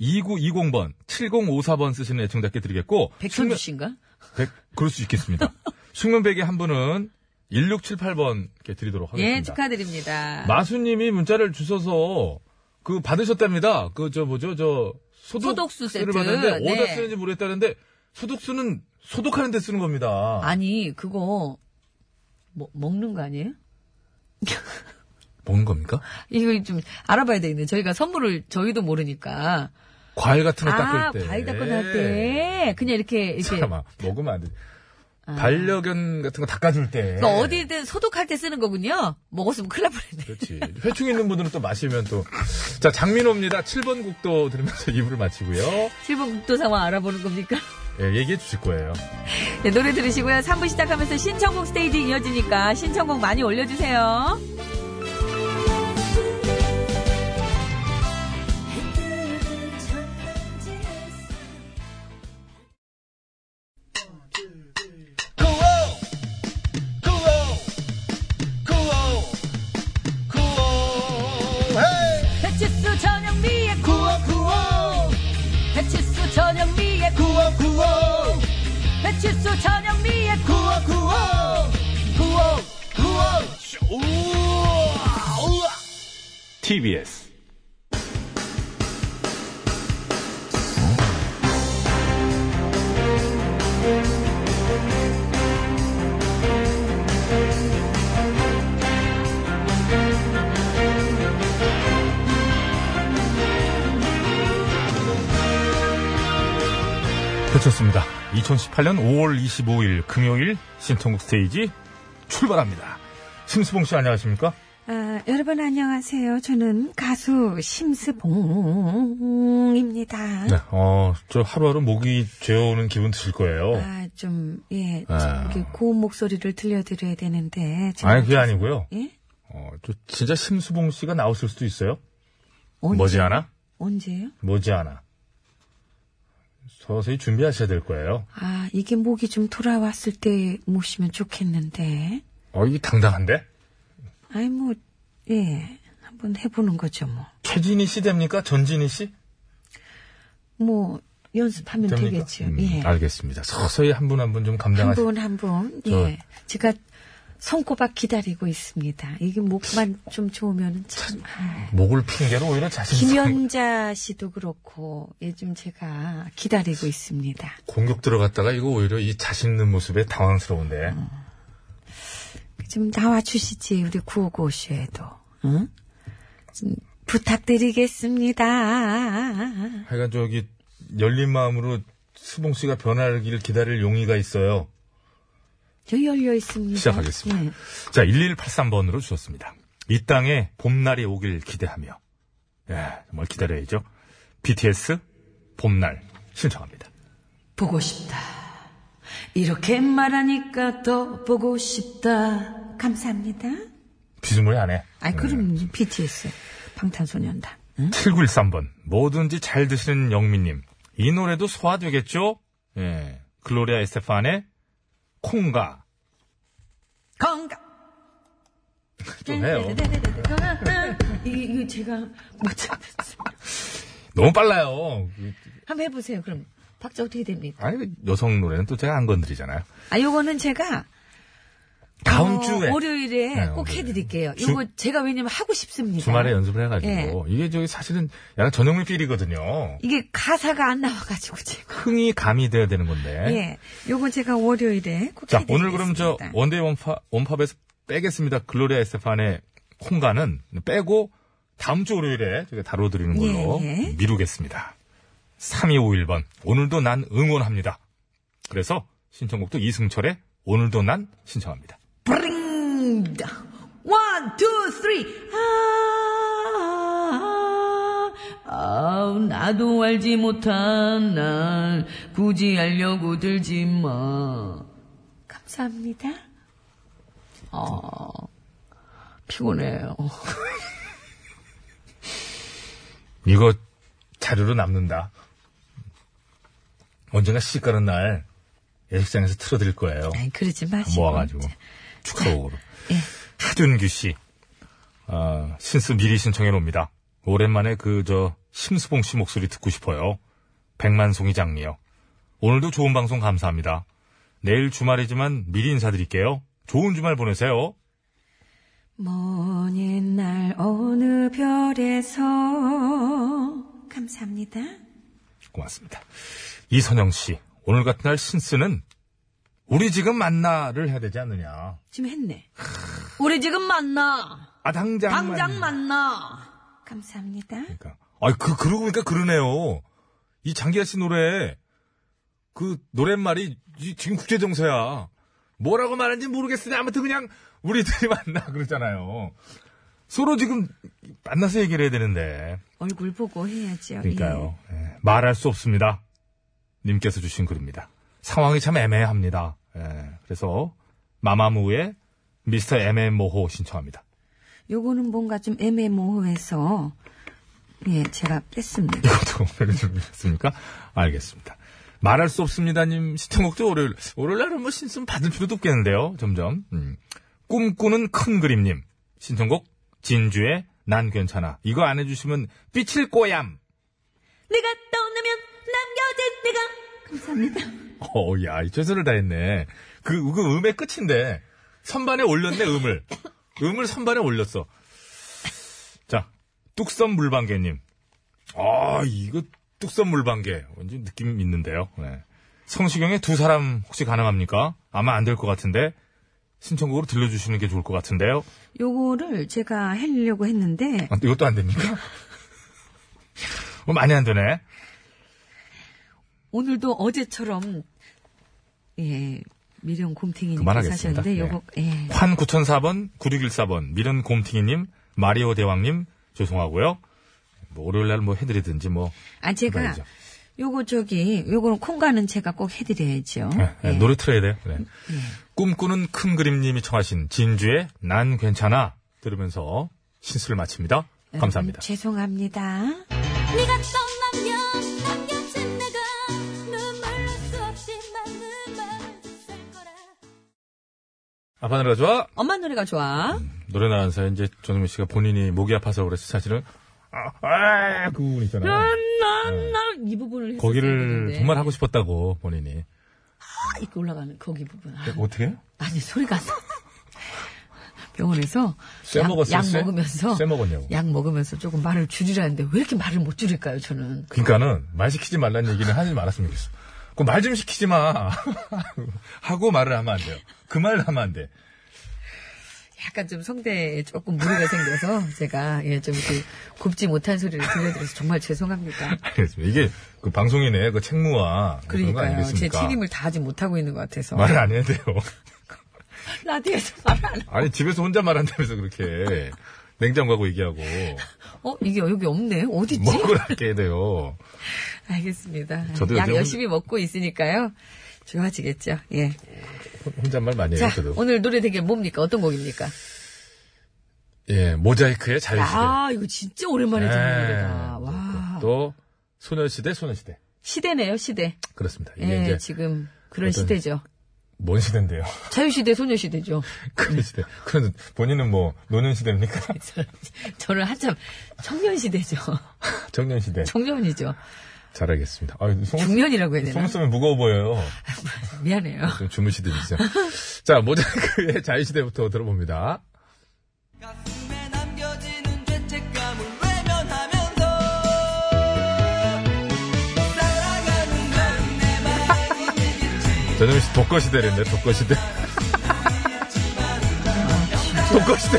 A: 2920번, 7054번 쓰시는 애청자께 드리겠고
C: 백현주 씨인가?
A: 백- 네, 그럴 수 있겠습니다. 숙면백의 한 분은 1678번 이렇게 드리도록 하겠습니다.
C: 예 축하드립니다.
A: 마수님이 문자를 주셔서 그 받으셨답니다. 그 저 뭐죠 저 소독
C: 소독수
A: 수를
C: 세트.
A: 받았는데 어디다
C: 네.
A: 쓰는지 모르겠다는데 소독수는 소독하는 데 쓰는 겁니다.
C: 아니 그거 뭐, 먹는 거 아니에요?
A: 먹는 겁니까?
C: 이거 좀 알아봐야 되겠네. 저희가 선물을 저희도 모르니까.
A: 과일 같은 거
C: 아
A: 닦을 때. 예.
C: 과일 닦거나 할 때 그냥 이렇게 이렇게
A: 잠깐만 먹으면 안 돼. 반려견 같은 거 닦아줄 때.
C: 그러니까 어디든 소독할 때 쓰는 거군요. 먹었으면 큰일 날 뻔했네.
A: 예. 그렇지. 회충 있는 분들은 또 마시면 또. 자, 장민호입니다. 7번 국도 들으면서 입을 마치고요.
C: 실버 국도 상황 알아보는 겁니까?
A: 예, 얘기해 주실 거예요.
C: 네, 노래 들으시고요. 3부 시작하면서 신청곡 스테이지 이어지니까 신청곡 많이 올려주세요. 배치수 전영미의 구호 구호 배치수 전영미의 구호 구호 배치수 전영미의 구호
G: TBS
A: 그렇습니다. 2018년 5월 25일 금요일 신청국 스테이지 출발합니다. 심수봉 씨 안녕하십니까?
I: 아, 여러분 안녕하세요. 저는 가수 심스봉입니다.
A: 네. 어, 저 하루하루 목이 죄어오는 기분 드실 거예요.
I: 아, 좀, 예,
A: 아.
I: 좀 이렇게 고운 목소리를 들려드려야 되는데. 지금-
A: 아니, 그게 아니고요.
I: 예?
A: 어, 저 진짜 심수봉 씨가 나왔을 수도 있어요.
I: 언제,
A: 머지않아?
I: 언제요?
A: 머지않아. 서서히 준비하셔야 될 거예요.
I: 아, 이게 목이 좀 돌아왔을 때 모시면 좋겠는데.
A: 어, 이게 당당한데?
I: 아이, 뭐, 예, 한번 해보는 거죠, 뭐.
A: 최진희 씨 됩니까? 전진희 씨?
I: 뭐, 연습하면
A: 됩니까?
I: 되겠죠.
A: 음,
I: 예.
A: 알겠습니다. 서서히 한 분 한 분 좀
I: 한
A: 감당하시고.
I: 분, 한 분,
A: 저-
I: 예. 제가 손꼽아 기다리고 있습니다. 이게 목만 좀 좋으면 참. 아.
A: 목을 핑계로 오히려 자신 있
I: 김연자 씨도 그렇고 요즘 제가 기다리고 있습니다.
A: 공격 들어갔다가 이거 오히려 이 자신 있는 모습에 당황스러운데.
I: 어. 좀 나와 주시지 우리 구호고쇼에도 응? 좀 부탁드리겠습니다.
A: 하여간 저기 열린 마음으로 수봉 씨가 변하기를 기다릴 용의가 있어요.
I: 저 열려 있습니다.
A: 시작하겠습니다.
I: 예.
A: 자, 1183번으로 주셨습니다. 이 땅에 봄날이 오길 기대하며. 예, 정말 기다려야죠. BTS 봄날 신청합니다.
C: 보고 싶다. 이렇게 말하니까 더 보고 싶다.
I: 감사합니다.
A: 비스무리 안 해.
I: 아 그럼 BTS 방탄소년단. 응?
A: 7913번. 뭐든지 잘 드시는 영민님. 이 노래도 소화되겠죠? 예. 글로리아 에스테판의 콩가.
C: 건강.
A: 좀 해요.
C: 건강. 이거 제가 못 잡았어요.
A: 너무 빨라요.
C: 한번 해보세요. 그럼
J: 박자 어떻게 됩니까?
A: 아니, 그 여성 노래는 또 제가 안 건드리잖아요.
J: 아, 요거는 제가
A: 다음
J: 어,
A: 주에
J: 월요일에
A: 네,
J: 꼭
A: 월요일에.
J: 해드릴게요.
A: 주-
J: 요거 제가 왜냐면 하고 싶습니다.
A: 주말에 연습을 해가지고.
J: 예.
A: 이게 저기 사실은 약간 전용민 필이거든요.
J: 이게 가사가 안 나와가지고 지금.
A: 흥이 감이 돼야 되는 건데.
J: 예, 요거 제가 월요일에 꼭
A: 자,
J: 해드리겠습니다.
A: 오늘 그럼 저 원데이 원파, 원팝에서 빼겠습니다. 글로리아 에스테판의 콩가는 빼고 다음 주 월요일에 저희가 다뤄드리는 걸로
J: 예, 예.
A: 미루겠습니다. 3251번. 오늘도 난 응원합니다. 그래서 신청곡도 이승철의 오늘도 난 신청합니다.
C: 브링! 원, 투, 쓰리! 아, 아, 나도 알지 못한 날 굳이 알려고 들지 마.
J: 감사합니다.
C: 피곤해요.
A: 이거 자료로 남는다. 언젠가 시집 가는 날 예식장에서 틀어드릴 거예요.
J: 아니, 그러지 마시고.
A: 뭐 모아가지고 축하곡으로 하준규 씨 아, 신스 미리 신청해 놓습니다. 오랜만에 그 저 심수봉 씨 목소리 듣고 싶어요. 백만송이 장미요. 오늘도 좋은 방송 감사합니다. 내일 주말이지만 미리 인사드릴게요. 좋은 주말 보내세요.
J: 먼 옛날 어느 별에서 감사합니다.
A: 고맙습니다. 이선영 씨 오늘 같은 날 신스는 우리 지금 만나를 해야 되지 않느냐.
J: 지금 했네.
C: 우리 지금 만나.
A: 아 당장 만나.
C: 당장 만나.
J: 감사합니다.
A: 그러니까. 아, 그, 그러고 보니까 그러네요. 이 장기하 씨 노래, 그, 노랫말이 이- 지금 국제정세야. 뭐라고 말하는지 모르겠으니 아무튼 그냥 우리들이 만나 그러잖아요. 서로 지금 만나서 얘기를 해야 되는데.
J: 얼굴 보고 해야죠.
A: 그러니까요. 예, 말할 수 없습니다. 님께서 주신 글입니다. 상황이 참 애매합니다. 예, 그래서 마마무의 미스터 애매모호 신청합니다.
J: 예. 요거는 뭔가 좀 애매모호해서 예, 제가 뺐습니다.
A: 이것도 오늘 준비했습니까? 알겠습니다. 말할 수 없습니다님 시청곡도 월요일 월요일날은 뭐 신청 받을 필요도 없겠는데요. 점점 음. 꿈꾸는 큰 그림님 신청곡 진주의 난 괜찮아 이거 안 해주시면 삐칠 꼬얌.
C: 네가 떠나면 남겨진 네가.
A: 어야 최선을 다했네. 그, 그 음의 끝인데 선반에 올렸네 음을 음을 선반에 올렸어. 자 뚝섬 물방개님. 아 이거 뚝섬 물방개 왠지 느낌 있는데요. 네. 성시경의 두 사람 혹시 가능합니까? 아마 안 될 것 같은데 신청곡으로 들려주시는 게 좋을 것 같은데요.
J: 요거를 제가 하려고 했는데
A: 아, 이것도 안 됩니까? 어, 많이 안 되네.
J: 오늘도 어제처럼 예, 미련 곰탱이님께서
A: 그만하겠습니다.
J: 하셨는데
A: 네.
J: 요거 예.
A: 환 9004번, 9614번, 미련 곰팅이님, 마리오 대왕님, 죄송하고요. 뭐 월요일 날 뭐 해드리든지 뭐.
J: 아 제가
A: 해봐야죠.
J: 요거 저기 요거는 콩가는 제가 꼭 해드려야죠.
A: 네, 네,
J: 예.
A: 노래 틀어야 돼요. 네. 꿈꾸는 큰 그림님이 청하신 진주의 난 괜찮아 들으면서 신수를 마칩니다.
C: 네.
A: 감사합니다.
J: 여러분, 죄송합니다.
F: 네가 떠나면 남겨진 내가 눈물로 수 없이 많은 마음을 쓸 거라
A: 아빠 노래가 좋아?
C: 엄마 노래가 좋아.
A: 노래 나와서 이제 전우민 씨가 본인이 목이 아파서 그래서 사실은 아, 그 부분 있잖아요.
C: 난난난 네. 이 부분을 했었어야
A: 네. 거기를
C: 되는데.
A: 정말 하고 싶었다고 본인이.
C: 아, 이렇게 올라가는 거기 부분. 아,
A: 어떻게 해요?
C: 아니 소리가 안 나. 병원에서
A: 쇠
C: 약,
A: 먹었어요,
C: 약
A: 쇠?
C: 먹으면서
A: 쇠 먹었냐고.
C: 약 먹으면서 조금 말을 줄이라는데 왜 이렇게 말을 못 줄일까요? 저는
A: 그러니까는 말 시키지 말라는 얘기는 하지 말았으면 좋겠어. 그 말 좀 시키지 마. 하고 말을 하면 안 돼요. 그 말을 하면 안 돼.
C: 약간 좀 성대에 조금 무리가 생겨서 제가 예, 좀 이렇게 굽지 못한 소리를 들려드려서 정말 죄송합니다.
A: 알겠습니다. 이게 그 방송인의 그 책무와 뭐 그런 거
C: 그러니까요. 제
A: 아니겠습니까?
C: 책임을 다하지 못하고 있는 것 같아서
A: 말을 안 해야 돼요.
C: 라디오에서 말을 안.
A: 아니 집에서 혼자 말한다면서 그렇게 냉장고하고 얘기하고
C: 어 이게 여기 없네. 어디 있지?
A: 먹으라게 해야 돼요.
C: 알겠습니다.
A: 뭐? 저도
C: 약
A: 요즘-
C: 열심히 먹고 있으니까요. 좋아지겠죠. 예.
A: 혼잣말 많이 해요.
C: 자
A: 저도.
C: 오늘 노래 되게 뭡니까? 어떤 곡입니까?
A: 예, 모자이크의 자유시대.
C: 아 이거 진짜 오랜만에 듣는 노래다. 와
A: 예. 또 소녀시대, 소녀시대.
C: 시대네요 시대.
A: 그렇습니다. 이게
C: 예,
A: 이제
C: 지금 그런
A: 어떤-
C: 시대죠.
A: 뭔 시대인데요?
C: 자유시대, 소녀시대죠.
A: 그런 시대. 그런 본인은 뭐 노년시대입니까?
C: 저는 한참 청년시대죠.
A: 정년시대.
C: 청년이죠.
A: 잘 알겠습니다. 아, 속눈썹,
F: 중년이라고 해야 되나?
A: 속눈썹이 무거워 보여요.
F: 미안해요.
A: 좀그 주무시든지요. 자, 모자이크의 자유시대부터 들어봅니다.
K: 가슴에 남겨지는 죄책감을 외면하면서 살아가는 건 내 마음이 되겠지
A: 전현민 씨 독거시대인데, 독거시대. 독거시대.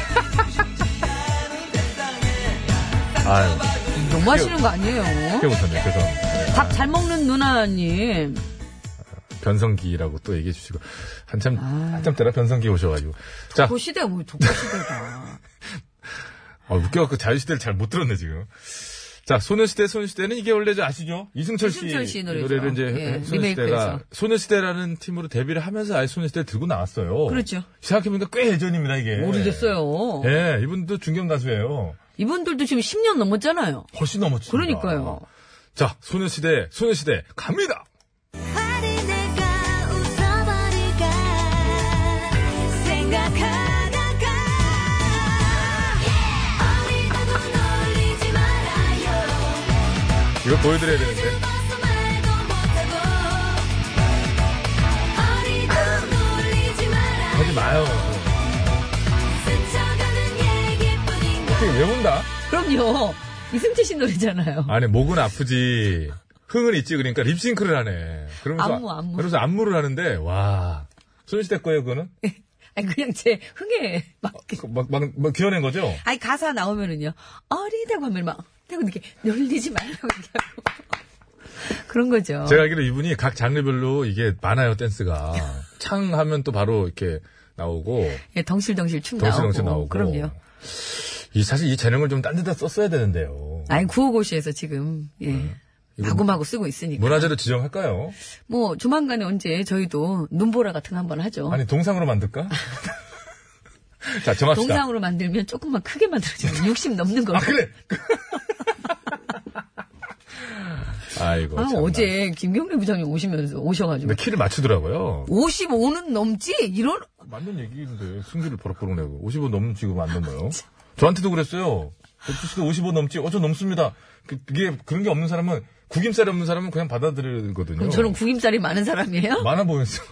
A: 아유,
F: 너무 하시는 거 아니에요?
A: 크게 웃었네. 죄송합니다.
F: 밥 잘 먹는 누나님.
A: 변성기라고 또 얘기해 주시고. 한참, 한참 때라 변성기 오셔가지고. 자,
F: 그 시대가 뭐 독거시대가.
A: 아, 웃겨갖고 자유시대를 잘 못 들었네, 지금. 자, 소녀시대, 소녀시대는 이게 원래 저 아시죠? 이승철 씨,
F: 이승철 씨 노래죠.
A: 를 이제
F: 예, 리메이크해서.
A: 소녀시대가, 소녀시대라는 팀으로 데뷔를 하면서 아예 소녀시대를 들고 나왔어요.
F: 그렇죠.
A: 생각해보니까 꽤 예전입니다, 이게.
F: 모르겠어요.
A: 예, 이분도 중견 가수예요.
F: 이분들도 지금 10년 넘었잖아요.
A: 훨씬 넘었죠.
F: 그러니까요.
A: 자, 소녀시대, 소녀시대, 갑니다!
E: 화를 내가 웃어버릴까 생각하다가 어리다고 놀리지 말아요
A: 이거 보여드려야 되는데.
E: 죽어서 말도 못하고 어리다고 놀리지 말아요
A: 하지 마요.
E: 스쳐가는 얘기뿐인 걸
A: 어떻게 외운다?
F: 그럼요. 이승철 씨 노래잖아요.
A: 아니, 목은 아프지. 흥은 있지. 그러니까 립싱크를 하네. 그러면서,
F: 안무, 안무.
A: 그러면서 안무를 하는데, 와. 소녀시대 거예요, 그거는?
F: 아니, 그냥 제 흥에 막.
A: 그 막, 막, 막 기어낸 거죠?
F: 아니, 가사 나오면은요. 어리다고 하면 막, 하고 이렇게 놀리지 말라고 얘기하고. 그런 거죠.
A: 제가 알기로 이분이 각 장르별로 이게 많아요, 댄스가. 창 하면 또 바로 이렇게 나오고,
F: 예, 덩실덩실 춤
A: 덩실덩실 나오고.
F: 나오고. 그럼요.
A: 이, 사실 이 재능을 좀 딴 데다 썼어야 되는데요.
F: 아니, 구호고시에서 지금, 예.
A: 네.
F: 마구마구 쓰고 있으니까.
A: 문화재로 지정할까요?
F: 뭐, 조만간에 언제 저희도 눈보라 같은 거 한번 하죠.
A: 아니, 동상으로 만들까? 자, 정합시다.
F: 동상으로 만들면 조금만 크게 만들어져요. 60 넘는 걸로.
A: 아, 그래! 아이고.
F: 아,
A: 참나.
F: 어제 김경래 부장님 오시면서 오셔가지고
A: 근데 키를 맞추더라고요.
F: 55는 넘지 이런
A: 맞는 얘기인데, 승기를 버럭버럭 내고. 55 넘는 지금 안 넘어요. 저한테도 그랬어요. 씨도 55 넘지? 어, 저 넘습니다. 그, 그게, 그런 게 없는 사람은, 구김살이 없는 사람은 그냥 받아들이거든요.
F: 그럼 저는 구김살이 많은 사람이에요?
A: 많아 보였어.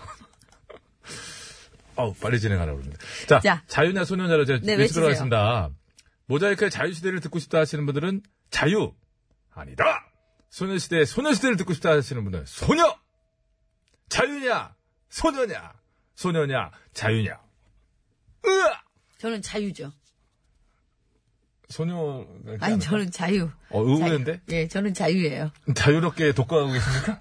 A: 어우, 빨리 진행하라고 그러는데. 자,
F: 자.
A: 자유나 소년자로 제가
F: 네,
A: 네, 외치도록
F: 외치세요.
A: 하겠습니다. 모자이크의 자유시대를 듣고 싶다 하시는 분들은 자유! 아니다! 소녀시대의 소녀시대를 듣고 싶다 하시는 분은 소녀! 자유냐! 소녀냐! 소녀냐! 자유냐! 으아!
F: 저는 자유죠.
A: 소녀. 같지
F: 아니
A: 않을까?
F: 저는 자유.
A: 어, 의외인데?
F: 예, 저는 자유예요.
A: 자유롭게 독과하고 계십니까?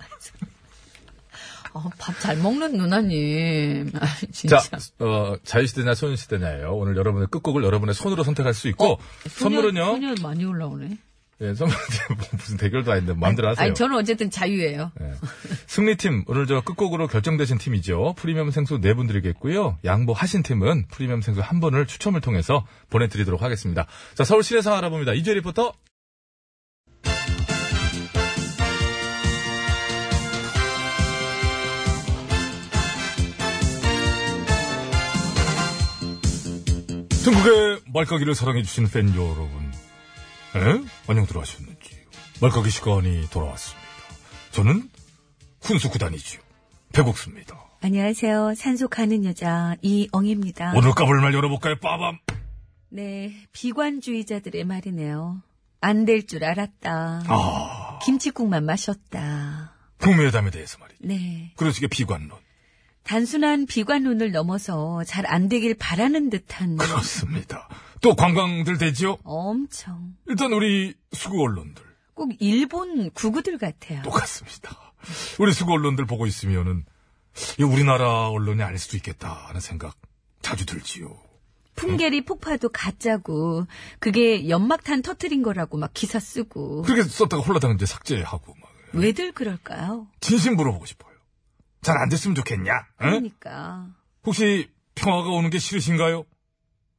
F: 어, 밥 잘 먹는 누나님. 아,
A: 자,
F: 진짜.
A: 어, 자유시대냐 소녀시대냐예요. 오늘 여러분의 끝곡을 여러분의 손으로 선택할 수 있고 선물은요.
F: 어, 소년 많이 올라오네.
A: 예, 선물 무슨 대결도 아닌데 마음대로 하세요.
F: 아니 저는 어쨌든 자유예요.
A: 예. 승리팀 오늘 저 끝곡으로 결정되신 팀이죠. 프리미엄 생수 네 분 드리겠고요. 양보하신 팀은 프리미엄 생수 한 분을 추첨을 통해서 보내드리도록 하겠습니다. 자, 서울 시내 상황 알아봅니다. 이주혜 리포터. 전국의 말까기를 사랑해주신 팬 여러분, 예? 안녕들 하셨는지 말까기 시간이 돌아왔습니다. 저는 훈수구단이지요. 배국수입니다.
C: 안녕하세요. 산소 가는 여자 이엉입니다.
A: 오늘 까불 말 열어볼까요? 빠밤!
C: 네, 비관주의자들의 말이네요. 안 될 줄 알았다. 김치국만 마셨다.
A: 북미회담에 아, 대해서 말이죠.
C: 네.
A: 그러시게 비관론.
C: 단순한 비관론을 넘어서 잘 안 되길 바라는 듯한
A: 그렇습니다. 또 관광들 되지요?
C: 엄청
A: 일단 우리 수구 언론들.
C: 꼭 일본 구구들 같아요.
A: 똑같습니다. 우리 수구 언론들 보고 있으면은, 이 우리나라 언론이 아닐 수도 있겠다 하는 생각 자주 들지요.
C: 풍계리 폭파도 가짜고 그게 연막탄 터트린 거라고 막 기사 쓰고
A: 그렇게 썼다가 홀라당 이제 삭제하고 막.
C: 왜들 그럴까요?
A: 진심 물어보고 싶어요. 잘 안 됐으면 좋겠냐? 응?
C: 그러니까
A: 혹시 평화가 오는 게 싫으신가요?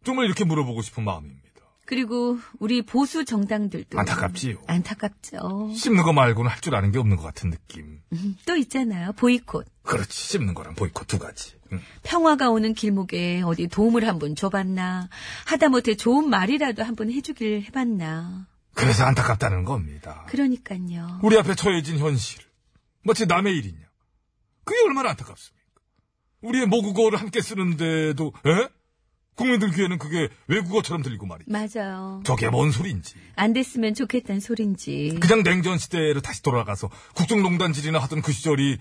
A: 정말 이렇게 물어보고 싶은 마음입니다.
C: 그리고 우리 보수 정당들도
A: 안타깝지요.
C: 안타깝죠. 음,
A: 씹는 거 말고는 할 줄 아는 게 없는 것 같은 느낌.
C: 또 있잖아요. 보이콧.
A: 그렇지. 씹는 거랑 보이콧 두 가지. 응.
C: 평화가 오는 길목에 어디 도움을 한번 줘봤나. 하다못해 좋은 말이라도 한번 해주길 해봤나.
A: 그래서 안타깝다는 겁니다.
C: 그러니까요.
A: 우리 앞에 처해진 현실. 마치 남의 일이냐. 그게 얼마나 안타깝습니까? 우리의 모국어를 함께 쓰는데도, 에? 국민들 귀에는 그게 외국어처럼 들리고 말이죠.
C: 맞아요.
A: 저게 뭔 소리인지.
C: 안 됐으면 좋겠다는 소린지.
A: 그냥 냉전 시대로 다시 돌아가서 국정농단질이나 하던 그 시절이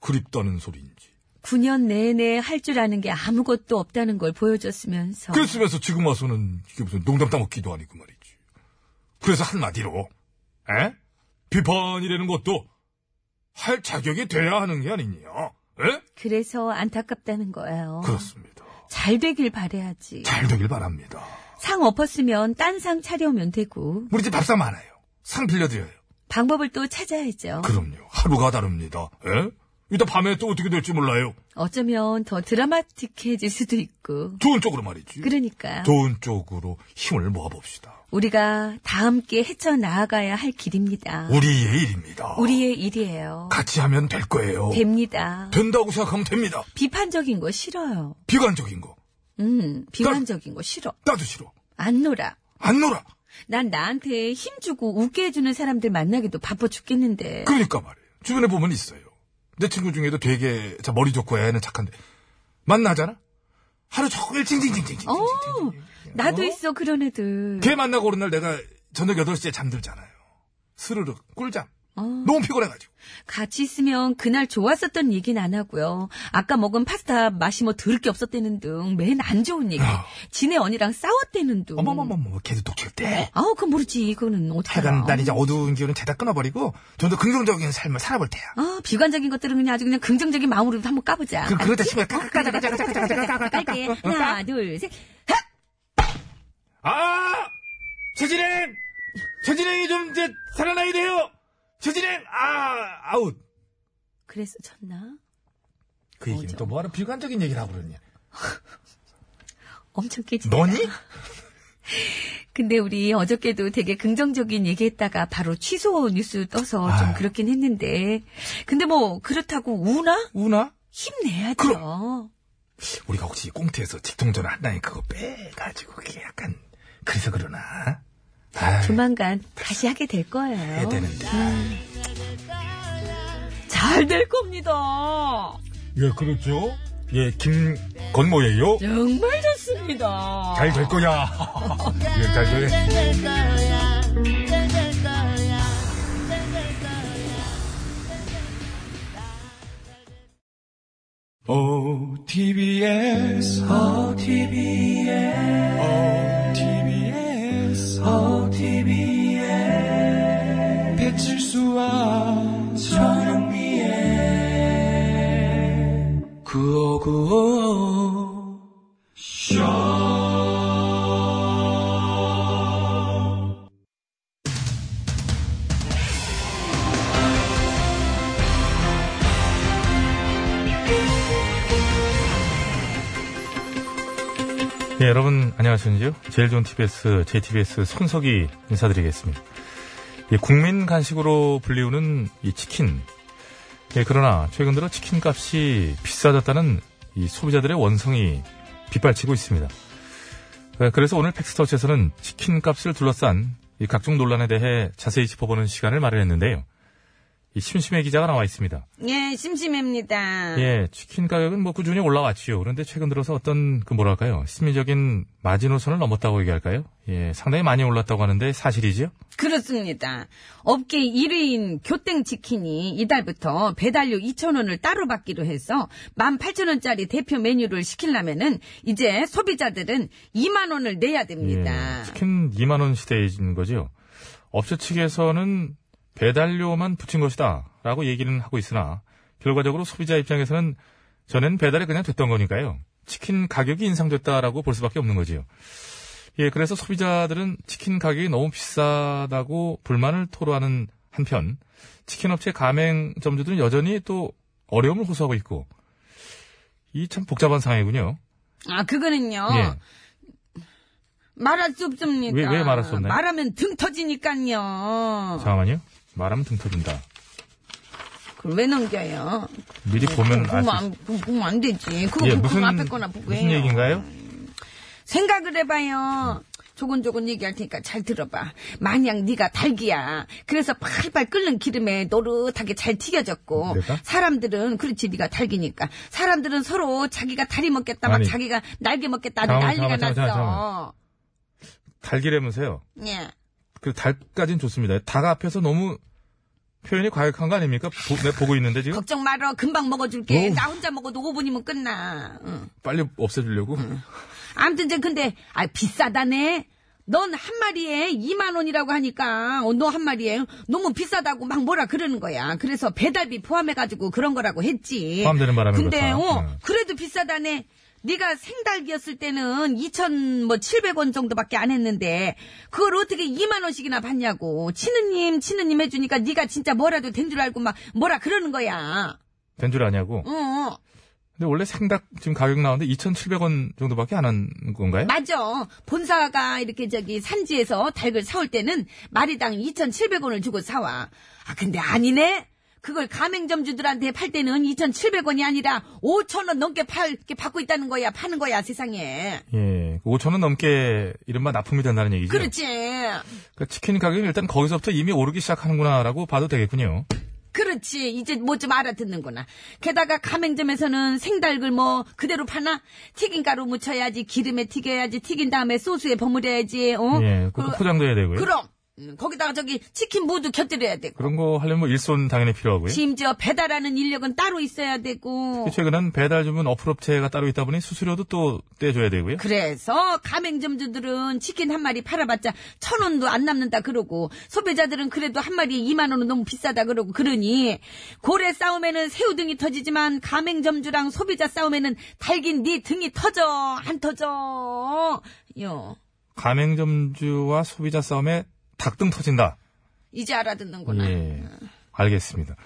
A: 그립다는 소리인지.
C: 9년 내내 할 줄 아는 게 아무것도 없다는 걸 보여줬으면서.
A: 그랬으면서 지금 와서는 이게 무슨 농담 따먹기도 아니고 말이지. 그래서 한마디로, 에? 비판이라는 것도 할 자격이 돼야 하는 게 아니냐. 에?
C: 그래서 안타깝다는 거예요.
A: 그렇습니다.
C: 잘 되길 바래야지.
A: 잘 되길 바랍니다.
C: 상 엎었으면 딴 상 차려오면 되고
A: 우리 집 밥상 많아요. 상 빌려드려요.
C: 방법을 또 찾아야죠.
A: 그럼요. 하루가 다릅니다. 에? 이따 밤에 또 어떻게 될지 몰라요.
C: 어쩌면 더 드라마틱해질 수도 있고.
A: 좋은 쪽으로 말이지.
C: 그러니까
A: 좋은 쪽으로 힘을 모아봅시다.
C: 우리가 다 함께 헤쳐나가야 할 길입니다.
A: 우리의 일입니다.
C: 아. 우리의 일이에요.
A: 같이 하면 될 거예요.
C: 됩니다.
A: 된다고 생각하면 됩니다.
C: 비판적인 거 싫어요.
A: 비관적인 거.
C: 음, 비관적인 거 싫어.
A: 나도 싫어.
C: 안 놀아.
A: 안 놀아.
C: 난 나한테 힘주고 웃게 해주는 사람들 만나기도 바빠 죽겠는데.
A: 그러니까 말이에요. 주변에 보면 있어요. 내 친구 중에도 되게 자, 머리 좋고 애는 착한데 만나잖아. 하루 종일 징징징징징.
C: 어, 나도 있어, 그런 애들.
A: 걔 만나고 오는 날 내가 저녁 8시에 잠들잖아요. 스르륵 꿀잠.
C: 어.
A: 너무 피곤해가지고.
C: 같이 있으면 그날 좋았었던 얘기는 안 하고요. 아까 먹은 파스타 맛이 뭐 더럽게 없었다는 둥, 맨 안 좋은 얘기.
A: 아.
C: 지네 언니랑 싸웠다는 둥.
A: 어머머머머 걔도 독칠 때.
C: 아우, 그건 모르지. 그거는 어떻게
A: 하여간
C: 알아.
A: 난 이제 어두운 기운은 죄다 끊어버리고 좀 더 긍정적인 삶을 살아볼 테야.
C: 아, 비관적인 것들은 그냥 아주 그냥 긍정적인 마음으로 한번 까보자.
A: 그, 그렇다 치면
C: 깔게. 하나, 둘, 셋.
A: 아! 최진행! 최진행이 좀 이제 살아나야 돼요! 최진행! 아! 아웃!
C: 그래서 쳤나?
A: 그 얘기는 또 뭐하러 비관적인 얘기를 하고 그러냐.
C: 엄청 깨진다.
A: 너니?
C: 근데 우리 어저께도 되게 긍정적인 얘기했다가 바로 취소 뉴스 떠서 좀
A: 아유.
C: 그렇긴 했는데. 근데 뭐 그렇다고 우나?
A: 우나?
C: 힘내야죠.
A: 우리가 혹시 꽁트에서 직통전화 한 라인 그거 빼가지고 그게 약간 그래서 그러나? 아,
C: 조만간 다시 하게 될 거예요.
A: 해야 되는데.
L: 음.
C: 잘 될 겁니다.
A: 예, 그렇죠. 예, 김건모예요.
C: 정말 좋습니다.
A: 잘 될 거야. 예, 잘 될.
L: 잘될 거야 잘될 거야 잘될 거야
A: 어,
G: OTBS, OTBS, OTBS, OTBS. 배칠수와 저녁미에 구호구호.
A: 예, 여러분 안녕하십니까? 제일 좋은 TBS, JTBS 손석희 인사드리겠습니다. 예, 국민 간식으로 불리우는 이 치킨. 예, 그러나 최근 들어 치킨 값이 비싸졌다는 이 소비자들의 원성이 빗발치고 있습니다. 예, 그래서 오늘 팩스터치에서는 치킨 값을 둘러싼 이 각종 논란에 대해 자세히 짚어보는 시간을 마련했는데요. 이 심심해 기자가 나와 있습니다.
M: 예, 심심합니다.
A: 예, 치킨 가격은 뭐 꾸준히 올라왔지요. 그런데 최근 들어서 어떤 그 뭐랄까요? 심리적인 마지노선을 넘었다고 얘기할까요? 예, 상당히 많이 올랐다고 하는데 사실이지요?
M: 그렇습니다. 업계 1위인 교땡치킨이 이달부터 배달료 2,000원을 따로 받기로 해서 18,000원짜리 대표 메뉴를 시키려면은 이제 소비자들은 2만원을 내야 됩니다.
A: 예, 치킨 2만 원 시대인 거지요. 업체 측에서는 배달료만 붙인 것이다라고 얘기는 하고 있으나 결과적으로 소비자 입장에서는 전엔 배달이 그냥 됐던 거니까요. 치킨 가격이 인상됐다라고 볼 수밖에 없는 거지요. 예, 그래서 소비자들은 치킨 가격이 너무 비싸다고 불만을 토로하는 한편 치킨 업체 가맹점주들은 여전히 또 어려움을 호소하고 있고 이 참 복잡한 상황이군요.
M: 아, 그거는요.
A: 예.
M: 말할 수 없습니다.
A: 왜- 왜 말할 수 없나요?
M: 말하면 등 터지니까요.
A: 잠깐만요. 말하면 등 터진다.
M: 그걸 왜 넘겨요?
A: 미리 보면
M: 보면
A: 음, 알수
M: 안, 보- 보면 안 되지. 그거
A: 예,
M: 보고
A: 무슨
M: 앞에 거나 보고
A: 무슨
M: 해요.
A: 얘기인가요?
M: 생각을 해봐요.
C: 조곤조곤 얘기할 테니까 잘 들어봐. 만약 네가 닭이야. 그래서 팔팔 끓는 기름에 노릇하게 잘 튀겨졌고
A: 내가?
C: 사람들은 그렇지 네가 닭이니까 사람들은 서로 자기가 다리 먹겠다 막
A: 아니.
C: 자기가 날개 먹겠다 하는
A: 잠깐만,
C: 난리가
A: 잠깐만,
C: 났어.
A: 잠깐만, 달기라면서요.
C: 예.
A: 그 달까진 좋습니다. 닭 앞에서 너무 표현이 과격한 거 아닙니까? 보, 내가 보고 있는데 지금
C: 걱정 말어. 금방 먹어줄게.
A: 어우.
C: 나 혼자 먹어도 5분이면 끝나. 응.
A: 빨리 없애주려고.
C: 아무튼 이제 근데 아 비싸다네. 넌 한 마리에 2만 원이라고 하니까 어, 너 한 마리에 너무 비싸다고 막 뭐라 그러는 거야. 그래서 배달비 포함해가지고 그런 거라고 했지.
A: 포함되는 바람에
C: 예. 근데
A: 그렇다.
C: 어
A: 네.
C: 그래도 비싸다네. 네가 생닭이었을 때는 2,700원 정도밖에 안 했는데 그걸 어떻게 2만 원씩이나 받냐고. 치느님 치느님 해주니까 네가 진짜 뭐라도 된 줄 알고 막 뭐라 그러는 거야.
A: 된 줄 아냐고.
C: 어, 어.
A: 근데 원래 생닭 지금 가격 나오는데 2,700원 정도밖에 안 한 건가요?
C: 맞아. 본사가 이렇게 저기 산지에서 닭을 사올 때는 마리당 2,700원을 주고 사와. 아, 근데 아니네? 그걸 가맹점주들한테 팔 때는 2,700원이 아니라 5,000원 넘게 팔, 이렇게 받고 있다는 거야, 파는 거야, 세상에.
A: 예. 5천 원 넘게 이른바 납품이 된다는 얘기죠.
C: 그렇지.
A: 그러니까 치킨 가격이 일단 거기서부터 이미 오르기 시작하는구나라고 봐도 되겠군요.
C: 그렇지. 이제 뭐 좀 알아듣는구나. 게다가 가맹점에서는 생닭을 뭐 그대로 파나? 튀김가루 묻혀야지, 기름에 튀겨야지, 튀긴 다음에 소스에 버무려야지, 어?
A: 예. 그것도 포장도 해야 되고요.
C: 그럼! 음, 거기다가 저기 치킨 무도 곁들여야 되고.
A: 그런 거 하려면 뭐 일손 당연히 필요하고요.
C: 심지어 배달하는 인력은 따로 있어야 되고.
A: 최근엔 배달 주문 어플업체가 따로 있다 보니 수수료도 또 떼줘야 되고요.
C: 그래서 가맹점주들은 치킨 한 마리 팔아봤자 천 원도 안 남는다 그러고 소비자들은 그래도 한 마리에 2만 원은 너무 비싸다 그러고 그러니 고래 싸움에는 새우 등이 터지지만 가맹점주랑 소비자 싸움에는 달긴 네 등이 터져 안 터져 요
A: 가맹점주와 소비자 싸움에 닭등 터진다.
C: 이제 알아듣는구나
A: 예. 알겠습니다.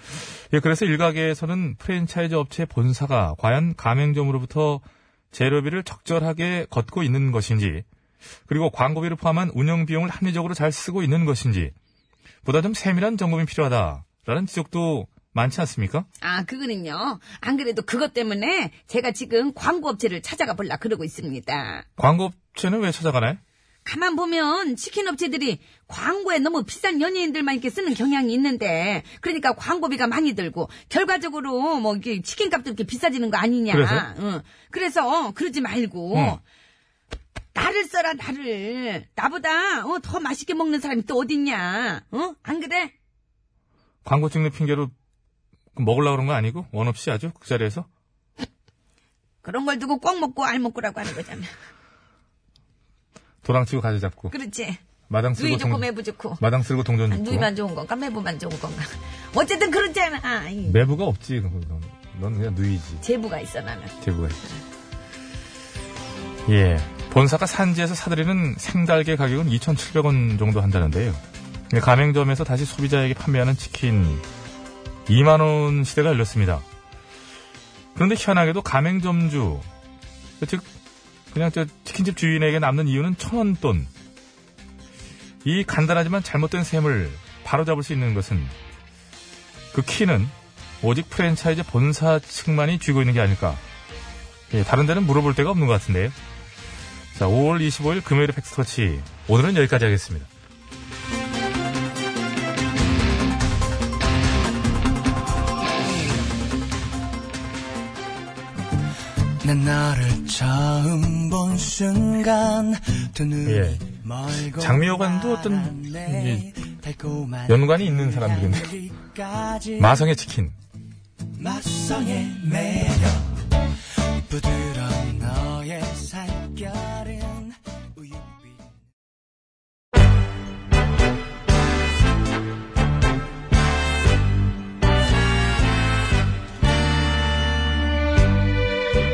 A: 예, 그래서 일각에서는 프랜차이즈 업체 본사가 과연 가맹점으로부터 재료비를 적절하게 걷고 있는 것인지, 그리고 광고비를 포함한 운영 비용을 합리적으로 잘 쓰고 있는 것인지, 보다 좀 세밀한 점검이 필요하다라는 지적도 많지 않습니까?
C: 아, 그거는요. 안 그래도 그것 때문에 제가 지금 광고업체를 찾아가 보려 그러고 있습니다.
A: 광고 업체는 왜 찾아가나요?
C: 가만 보면 치킨 업체들이 광고에 너무 비싼 연예인들만 이렇게 쓰는 경향이 있는데 그러니까 광고비가 많이 들고 결과적으로 뭐 이게 치킨 값도 이렇게 비싸지는 거 아니냐.
A: 그래서?
C: 응. 그래서 그러지 말고
A: 응.
C: 나를 써라 나를 나보다 어, 더 맛있게 먹는 사람이 또 어딨냐. 어? 안 그래?
A: 광고 찍는 핑계로 먹으려고 그런 거 아니고 원 없이 아주 그 자리에서
C: 그런 걸 두고 꽉 먹고 알 먹고라고 하는 거잖아.
A: 도랑치고 가져잡고
C: 그렇지.
A: 마당
C: 누이
A: 쓸고
C: 조금
A: 동,
C: 해부 좋고.
A: 마당 쓸고 동전 줍고
C: 누이만 좋은 건가 매부만 좋은 건가 어쨌든 그렇잖아 이
A: 매부가 없지 그건 넌, 넌 그냥 누이지
C: 제부가 있어 나는
A: 대부가 있지 예 본사가 산지에서 사들이는 생달걀 가격은 2,700원 정도 한다는데요 근데 가맹점에서 다시 소비자에게 판매하는 치킨 2만원 시대가 열렸습니다 그런데 희한하게도 가맹점주 즉 그냥 저 치킨집 주인에게 남는 이유는 천원 돈 이 간단하지만 잘못된 셈을 바로잡을 수 있는 것은 그 키는 오직 프랜차이즈 본사 측만이 쥐고 있는 게 아닐까. 예, 다른 데는 물어볼 데가 없는 것 같은데요. 자, 5월 25일 금요일 팩스터치. 오늘은 여기까지 하겠습니다.
F: 난 나를 처음 본 순간 두 눈이
A: 예.
F: 멀고
A: 장미여관도 어떤
F: 말았네. 달콤한
A: 연관이 있는 사람들인데.
F: 향기까지
A: 마성의 치킨.
F: 맞성의 매력 부드러운 너의 살결은 우유빛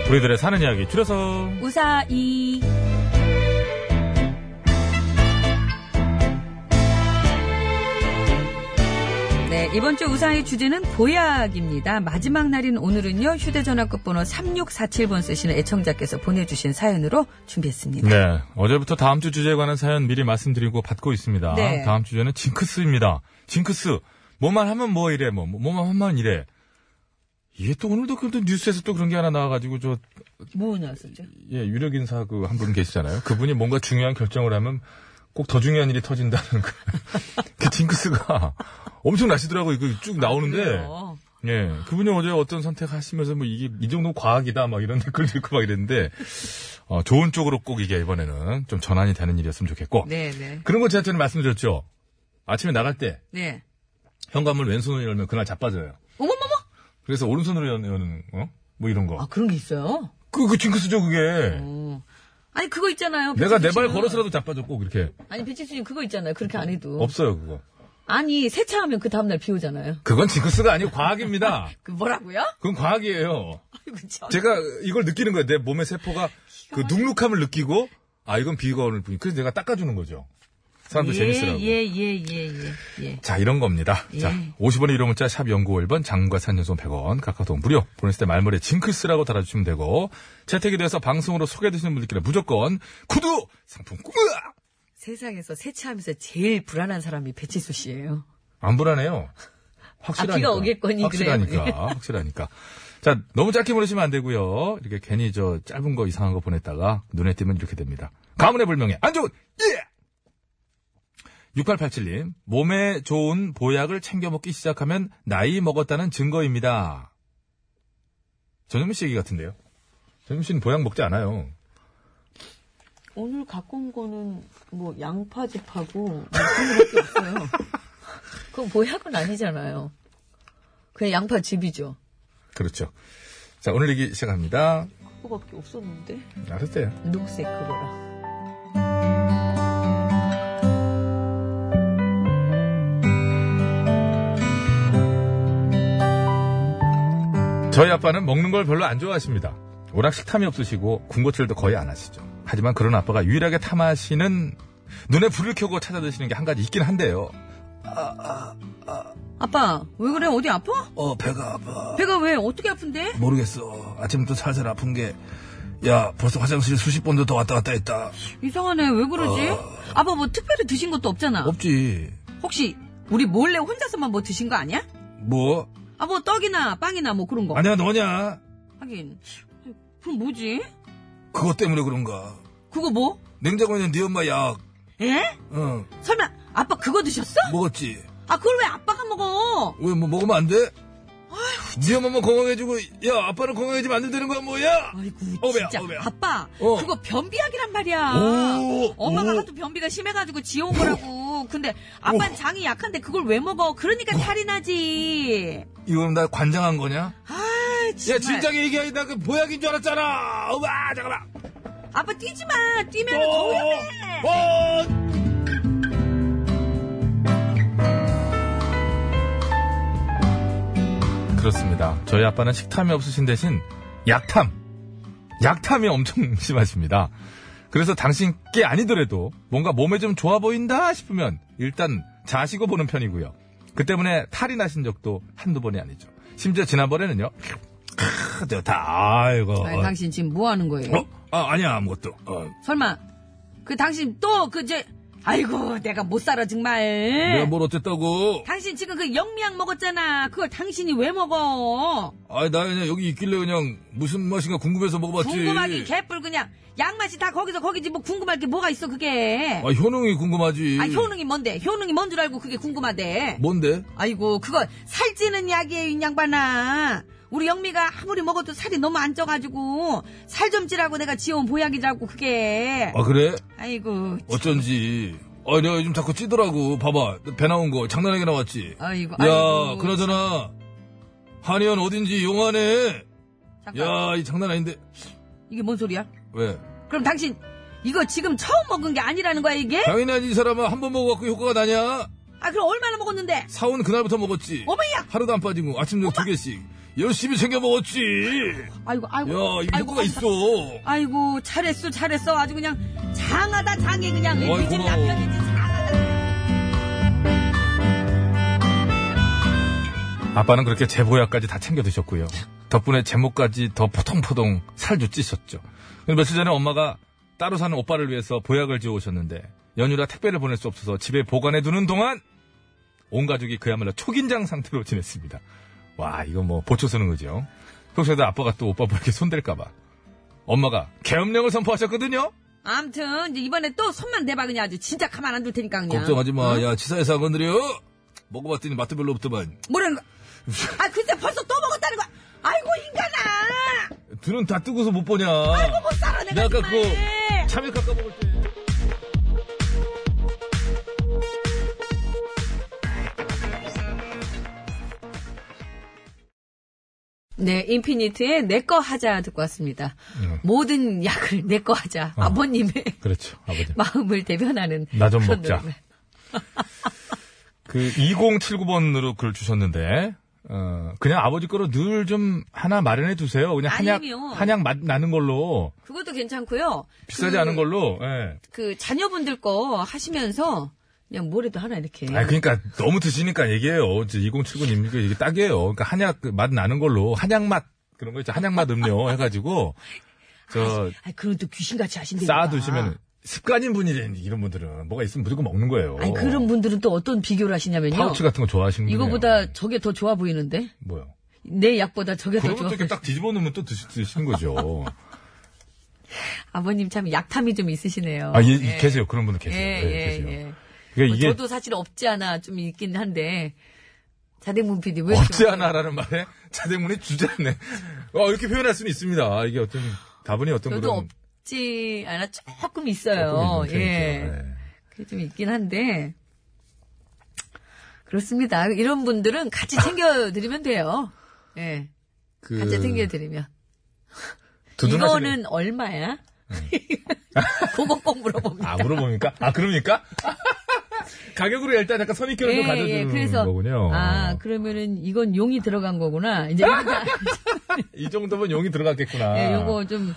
A: 우리들의 사는 이야기 줄여서.
C: 우사이 네, 이번 주 우사의 주제는 보약입니다. 마지막 날인 오늘은요, 휴대전화 끝번호 3647번 쓰시는 애청자께서 보내주신 사연으로 준비했습니다.
A: 네. 어제부터 다음 주 주제에 관한 사연 미리 말씀드리고 받고 있습니다.
C: 네.
A: 다음 주제는 뭐, 징크스입니다. 징크스. 뭐만 하면 뭐 이래. 뭐, 뭐만 하면 이래. 이게 또 오늘도 그래도 뉴스에서 또 그런 게 하나 나와가지고 저
C: 뭐 나왔었죠?
A: 예, 유력 인사 그 한 분 계시잖아요. 그분이 뭔가 중요한 결정을 하면 꼭 더 중요한 일이 터진다는 그, 그 징크스가 엄청 나시더라고요. 이거 쭉 나오는데.
C: 그래요?
A: 예, 그분이 어제 어떤 선택하시면서 뭐 이게 이 정도 과학이다 막 이런 댓글도 있고 막 이랬는데 어, 좋은 쪽으로 꼭 이게 이번에는 좀 전환이 되는 일이었으면 좋겠고
C: 네, 네.
A: 그런 거 제가 전에 말씀드렸죠. 아침에 나갈 때
C: 네.
A: 현관문 왼손으로 열면 그날 자빠져요.
C: 어머머머!
A: 그래서 오른손으로 연- 여는 어? 뭐 이런 거.
C: 아, 그런 게 있어요?
A: 그, 그 징크스죠 그게.
C: 어. 아니, 그거 있잖아요.
A: 내가 내 발
C: 배치수는.
A: 걸어서라도 자빠졌고 그렇게
C: 아니, 배치수님 그거 있잖아요. 그렇게 안 해도.
A: 없어요 그거.
C: 아니, 세차하면 그 다음날 비 오잖아요.
A: 그건 징크스가 아니고 과학입니다.
C: 그 뭐라고요?
A: 그건 과학이에요.
C: 아이고, 참.
A: 제가 이걸 느끼는 거예요. 내 몸의 세포가 그 눅눅함을 느끼고 아 이건 비가 오는 뿐이. 그래서 내가 닦아주는 거죠. 사람도 재밌으라고.
C: 예, 예, 예, 예, 예.
A: 자, 이런 겁니다. 자, 50원의 유료 문자 샵 연구 1번 장과 산연송 100원 카카오톡 무료 보냈을 때 말머리에 징크스라고 달아주시면 되고 채택이 돼서 방송으로 소개되시는 분들끼리 무조건 구두 상품권 으악!
C: 세상에서 세차하면서 제일 불안한 사람이 배치수 씨예요.
A: 안 불안해요. 확실하니까.
C: 아, 비가 오겠거니, 네.
A: 확실하니까. 확실하니까. 자, 너무 짧게 보내시면 안 되고요. 이렇게 괜히 저 짧은 거 이상한 거 보냈다가 눈에 띄면 이렇게 됩니다. 가문의 불명예. 안 좋은 예! 6887님, 몸에 좋은 보약을 챙겨 먹기 시작하면 나이 먹었다는 증거입니다. 전현미 씨 얘기 같은데요. 전현미 씨는 보약 먹지 않아요.
C: 오늘 갖고 온 거는 뭐 양파즙하고 뭐 그런 밖에 없어요. 그건 보약은 아니잖아요. 그냥 양파즙이죠.
A: 그렇죠. 자, 오늘 얘기 시작합니다. 아,
C: 그거밖에 없었는데.
A: 알았어요.
C: 녹색 그거랑.
A: 저희 아빠는 먹는 걸 별로 안 좋아하십니다. 워낙 식탐이 없으시고 군것질도 거의 안 하시죠. 하지만 그런 아빠가 유일하게 탐하시는 눈에 불을 켜고 찾아 드시는 게 한 가지 있긴 한데요.
C: 아빠, 왜 그래? 어디 아파?
N: 어, 배가 아파.
C: 배가 왜? 어떻게 아픈데?
N: 모르겠어. 아침부터 살살 아픈 게. 야, 벌써 화장실 수십 번도 더 왔다 갔다 했다.
C: 이상하네. 왜 그러지?
A: 어.
C: 아빠 뭐 특별히 드신 것도 없잖아.
N: 없지.
C: 혹시 우리 몰래 혼자서만 뭐 드신 거 아니야?
N: 뭐?
C: 아, 뭐 떡이나 빵이나 뭐 그런 거.
N: 아니야, 너냐?
C: 하긴. 그럼 뭐지?
N: 그것 때문에 그런가.
C: 그거 뭐?
N: 냉장고에 있는 네 엄마 약.
C: 에?
N: 응,
C: 설마 아빠 그거 드셨어?
N: 먹었지.
C: 아, 그걸 왜 아빠가 먹어?
N: 왜 뭐 먹으면 안 돼? 네 엄마만 건강해지고, 야, 아빠는 건강해지면 안 된다는 거야, 뭐야?
C: 아이고,
N: 어, 배야,
C: 진짜.
N: 어, 배야.
C: 아빠,
N: 어.
C: 그거 변비약이란 말이야.
N: 오, 뭐.
C: 엄마가
N: 오.
C: 하도 변비가 심해가지고 지어온 거라고. 근데 아빠는 장이 약한데 그걸 왜 먹어? 그러니까
N: 뭐.
C: 탈이 나지.
N: 이건 나 관장한 거냐?
C: 아,
N: 야,
C: 정말.
N: 진작에 얘기하니까 그 보약인 줄 알았잖아! 와, 잠깐만!
C: 아빠 뛰지 마. 뛰면 더 위험해.
N: 어!
A: 그렇습니다. 저희 아빠는 식탐이 없으신 대신 약탐, 약탐이 엄청 심하십니다. 그래서 당신 게 아니더라도 뭔가 몸에 좀 좋아 보인다 싶으면 일단 자시고 보는 편이고요. 그 때문에 탈이 나신 적도 한두 번이 아니죠. 심지어 지난번에는요.
N: 크, 좋다, 아이고.
O: 아니, 당신 지금 뭐 하는 거예요?
N: 어? 아, 아니야, 아무것도. 어.
O: 설마 그 당신 또 그제 아이고 내가 못 살아 정말.
N: 내가 뭐- 뭘 어쨌다고?
O: 당신 지금 그 영미약 먹었잖아. 그걸 당신이 왜 먹어?
N: 아나 그냥 여기 있길래 그냥 무슨 맛인가 궁금해서 먹어봤지.
O: 궁금하긴 개뿔 그냥 양맛이 다 거기서 거기지 뭐 궁금할 게 뭐가 있어 그게.
N: 아, 효능이 궁금하지.
O: 아 효능이 뭔데? 효능이 뭔 줄 알고 그게 궁금하대.
N: 뭔데?
O: 아이고 그거 살찌는 약이에요 이 양반아. 우리 영미가 아무리 먹어도 살이 너무 안 쪄가지고 살 좀 찌라고 내가 지어온 보약이라고 그게.
N: 아, 그래?
O: 아이고.
N: 어쩐지. 아, 내가 요즘 자꾸 찌더라고. 봐봐. 배 나온 거. 장난하게 나왔지.
O: 아이고.
N: 야,
O: 아이고.
N: 그나저나. 한의원 어딘지 용하네.
O: 잠깐.
N: 야, 이 장난 아닌데.
O: 이게 뭔 소리야?
N: 왜?
O: 그럼 당신 이거 지금 처음 먹은 게 아니라는 거야 이게?
N: 당연하지, 이 사람아. 한 번 먹어갖고 효과가 나냐?
O: 아 그럼 얼마나 먹었는데?
N: 사온 그날부터 먹었지.
O: 어머야!
N: 하루도 안 빠지고 아침 저녁 두 개씩. 열심히 챙겨 먹었지. 야,
O: 아이고 아이고
N: 이 효과가 있어.
O: 아이고 잘했어 잘했어 아주 그냥 장하다 장해 그냥
N: 어이,
O: 우리 집
N: 고마워.
O: 남편이지 장하다.
A: 아빠는 그렇게 제보약까지 다 챙겨 드셨고요. 덕분에 제목까지 더 포동포동 살도 찌셨죠. 근데 며칠 전에 엄마가 따로 사는 오빠를 위해서 보약을 지어 오셨는데 연휴라 택배를 보낼 수 없어서 집에 보관해 두는 동안 온 가족이 그야말로 초긴장 상태로 지냈습니다. 와, 이거 뭐 보초 쓰는 거죠. 평소에도 아빠가 또 오빠 보에게 손댈까봐. 엄마가 계엄령을 선포하셨거든요?
P: 암튼 이제 이번에 또 손만 대봐 그냥 아주 진짜 가만 안 둘 테니까 그냥.
A: 걱정하지 마. 야, 치사해서 안 건드려. 먹어봤더니 맛도 별로 없더만.
P: 뭐라는 거? 아 글쎄 벌써 또 먹었다는 거야. 아이고 인간아.
A: 눈은 다 뜨고서 못 보냐.
P: 못 살아 내가.
A: 내가 아까
P: 정말.
A: 그거 참외 깎아 먹을 때.
C: 네, 인피니트의 내 거 하자 듣고 왔습니다.
A: 음.
C: 모든 약을 내 거 하자. 아버님의
A: 그렇죠, 아버지.
C: 마음을 대변하는.
A: 어. 나 좀
C: 그런
A: 먹자.
C: 노래.
A: 그 2079번으로 글 주셨는데 어, 그냥 아버지 거로 늘 좀 하나 마련해 두세요. 그냥 한약
P: 아니요.
A: 한약 맛 나는 걸로
C: 그것도 괜찮고요.
A: 비싸지
C: 그,
A: 않은 걸로. 예.
C: 그 자녀분들 거 하시면서 그냥 뭐라도 하나 이렇게.
A: 아 그러니까 너무 드시니까 얘기해요. 2079님 이게 이게 딱이에요. 그러니까 한약 그맛 나는 걸로 한약 맛 그런 거 있죠. 한약 맛 음료 해가지고 저
C: 아, 그러니까. 그럼 또 귀신같이 하신대요.
A: 쌓아두시면 습관인 분이래 이런 분들은 뭐가 있으면 무조건 먹는 거예요.
C: 아니, 그런 분들은 또 어떤 비교를 하시냐면요.
A: 파우치 같은 거 좋아하시는 분이에요.
C: 이거보다 저게 더 좋아 보이는데?
A: 뭐요?
C: 내 약보다 저게 더
A: 네. 그런
C: 좋아
A: 것도
C: 보이
A: 이렇게 딱 뒤집어 놓으면 또 드시, 드시는 거죠.
C: 아버님 참 약탐이 좀 있으시네요.
A: 아, 예, 계세요. 그런 분들 계세요.
C: 예,
A: 예,
C: 예,
A: 계세요.
C: 예.
A: 그러니까
C: 뭐
A: 이게
C: 저도 사실 없지 않아 좀 있긴 한데 자대문 PD 왜 이렇게
A: 없지 않아라는 말에 자대문이 주자네. 어, 이렇게 표현할 수는 있습니다. 아, 이게 어떤 다분히 어떤
C: 저도
A: 그런
C: 없지 않아 조금
A: 조금
C: 있어요.
A: 있는
C: 예,
A: 편이죠. 네.
C: 그게 좀 있긴 한데 그렇습니다. 이런 분들은 같이 챙겨드리면 돼요. 예,
A: 그
C: 같이 챙겨드리면
A: 두둔하시는-
C: 이거는 얼마야?
A: 네.
C: 그거 꼭 물어봅니다.
A: 아 물어보니까 아 그럽니까? 가격으로 일단 약간 선입견을 좀 가져주는
C: 예, 그래서
A: 거군요.
C: 아 그러면은 이건 용이 들어간 거구나. 이제
A: 이 정도면 용이 들어갔겠구나.
C: 예, 요거 좀,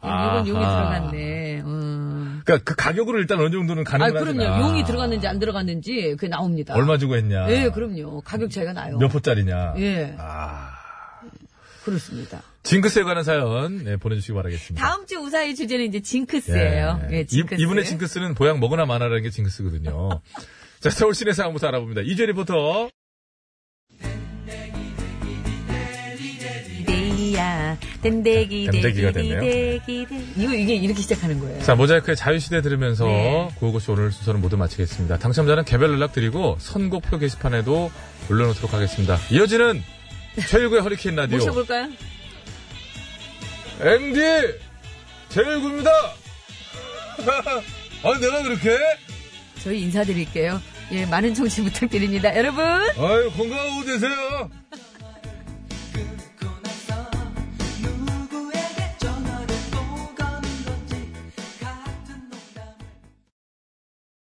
A: 아.
C: 예,
A: 아하.
C: 요건 용이 들어갔네. 음.
A: 그러니까 그 가격으로 일단 어느 정도는
C: 아,
A: 가능하구나.
C: 그럼요. 용이 들어갔는지 안 들어갔는지 그게 나옵니다.
A: 얼마 주고 했냐?
C: 예, 그럼요. 가격 차이가 나요.
A: 몇 호짜리냐?
C: 예.
A: 아
C: 그렇습니다.
A: 징크스에 관한 사연 네, 보내주시기 바라겠습니다.
C: 다음 주 우사의 주제는 이제 징크스예요. 예,
A: 이-
C: 징크스.
A: 이분의 징크스는 보양 먹으나 마나라는 게 징크스거든요. 자, 서울 시내 상황부터 알아봅니다. 이재 리포터.
C: 데이야, 댐데기,
A: 댐데기가
C: 데기,
A: 됐네요.
C: 데기, 데기. 이거 이게 이렇게 시작하는 거예요.
A: 자, 모자이크의 자유시대 들으면서
C: 네.
A: 구호고시 오늘 순서는 모두 마치겠습니다. 당첨자는 개별 연락드리고 선곡표 게시판에도 올려놓도록 하겠습니다. 이어지는 최일구의 허리케인 라디오.
C: 네. 모셔볼까요?
A: MD! 최일구입니다! 아니, 내가 그렇게?
C: 저희 인사드릴게요. 예, 많은 청취 부탁드립니다. 여러분!
A: 아유, 건강하고 되세요!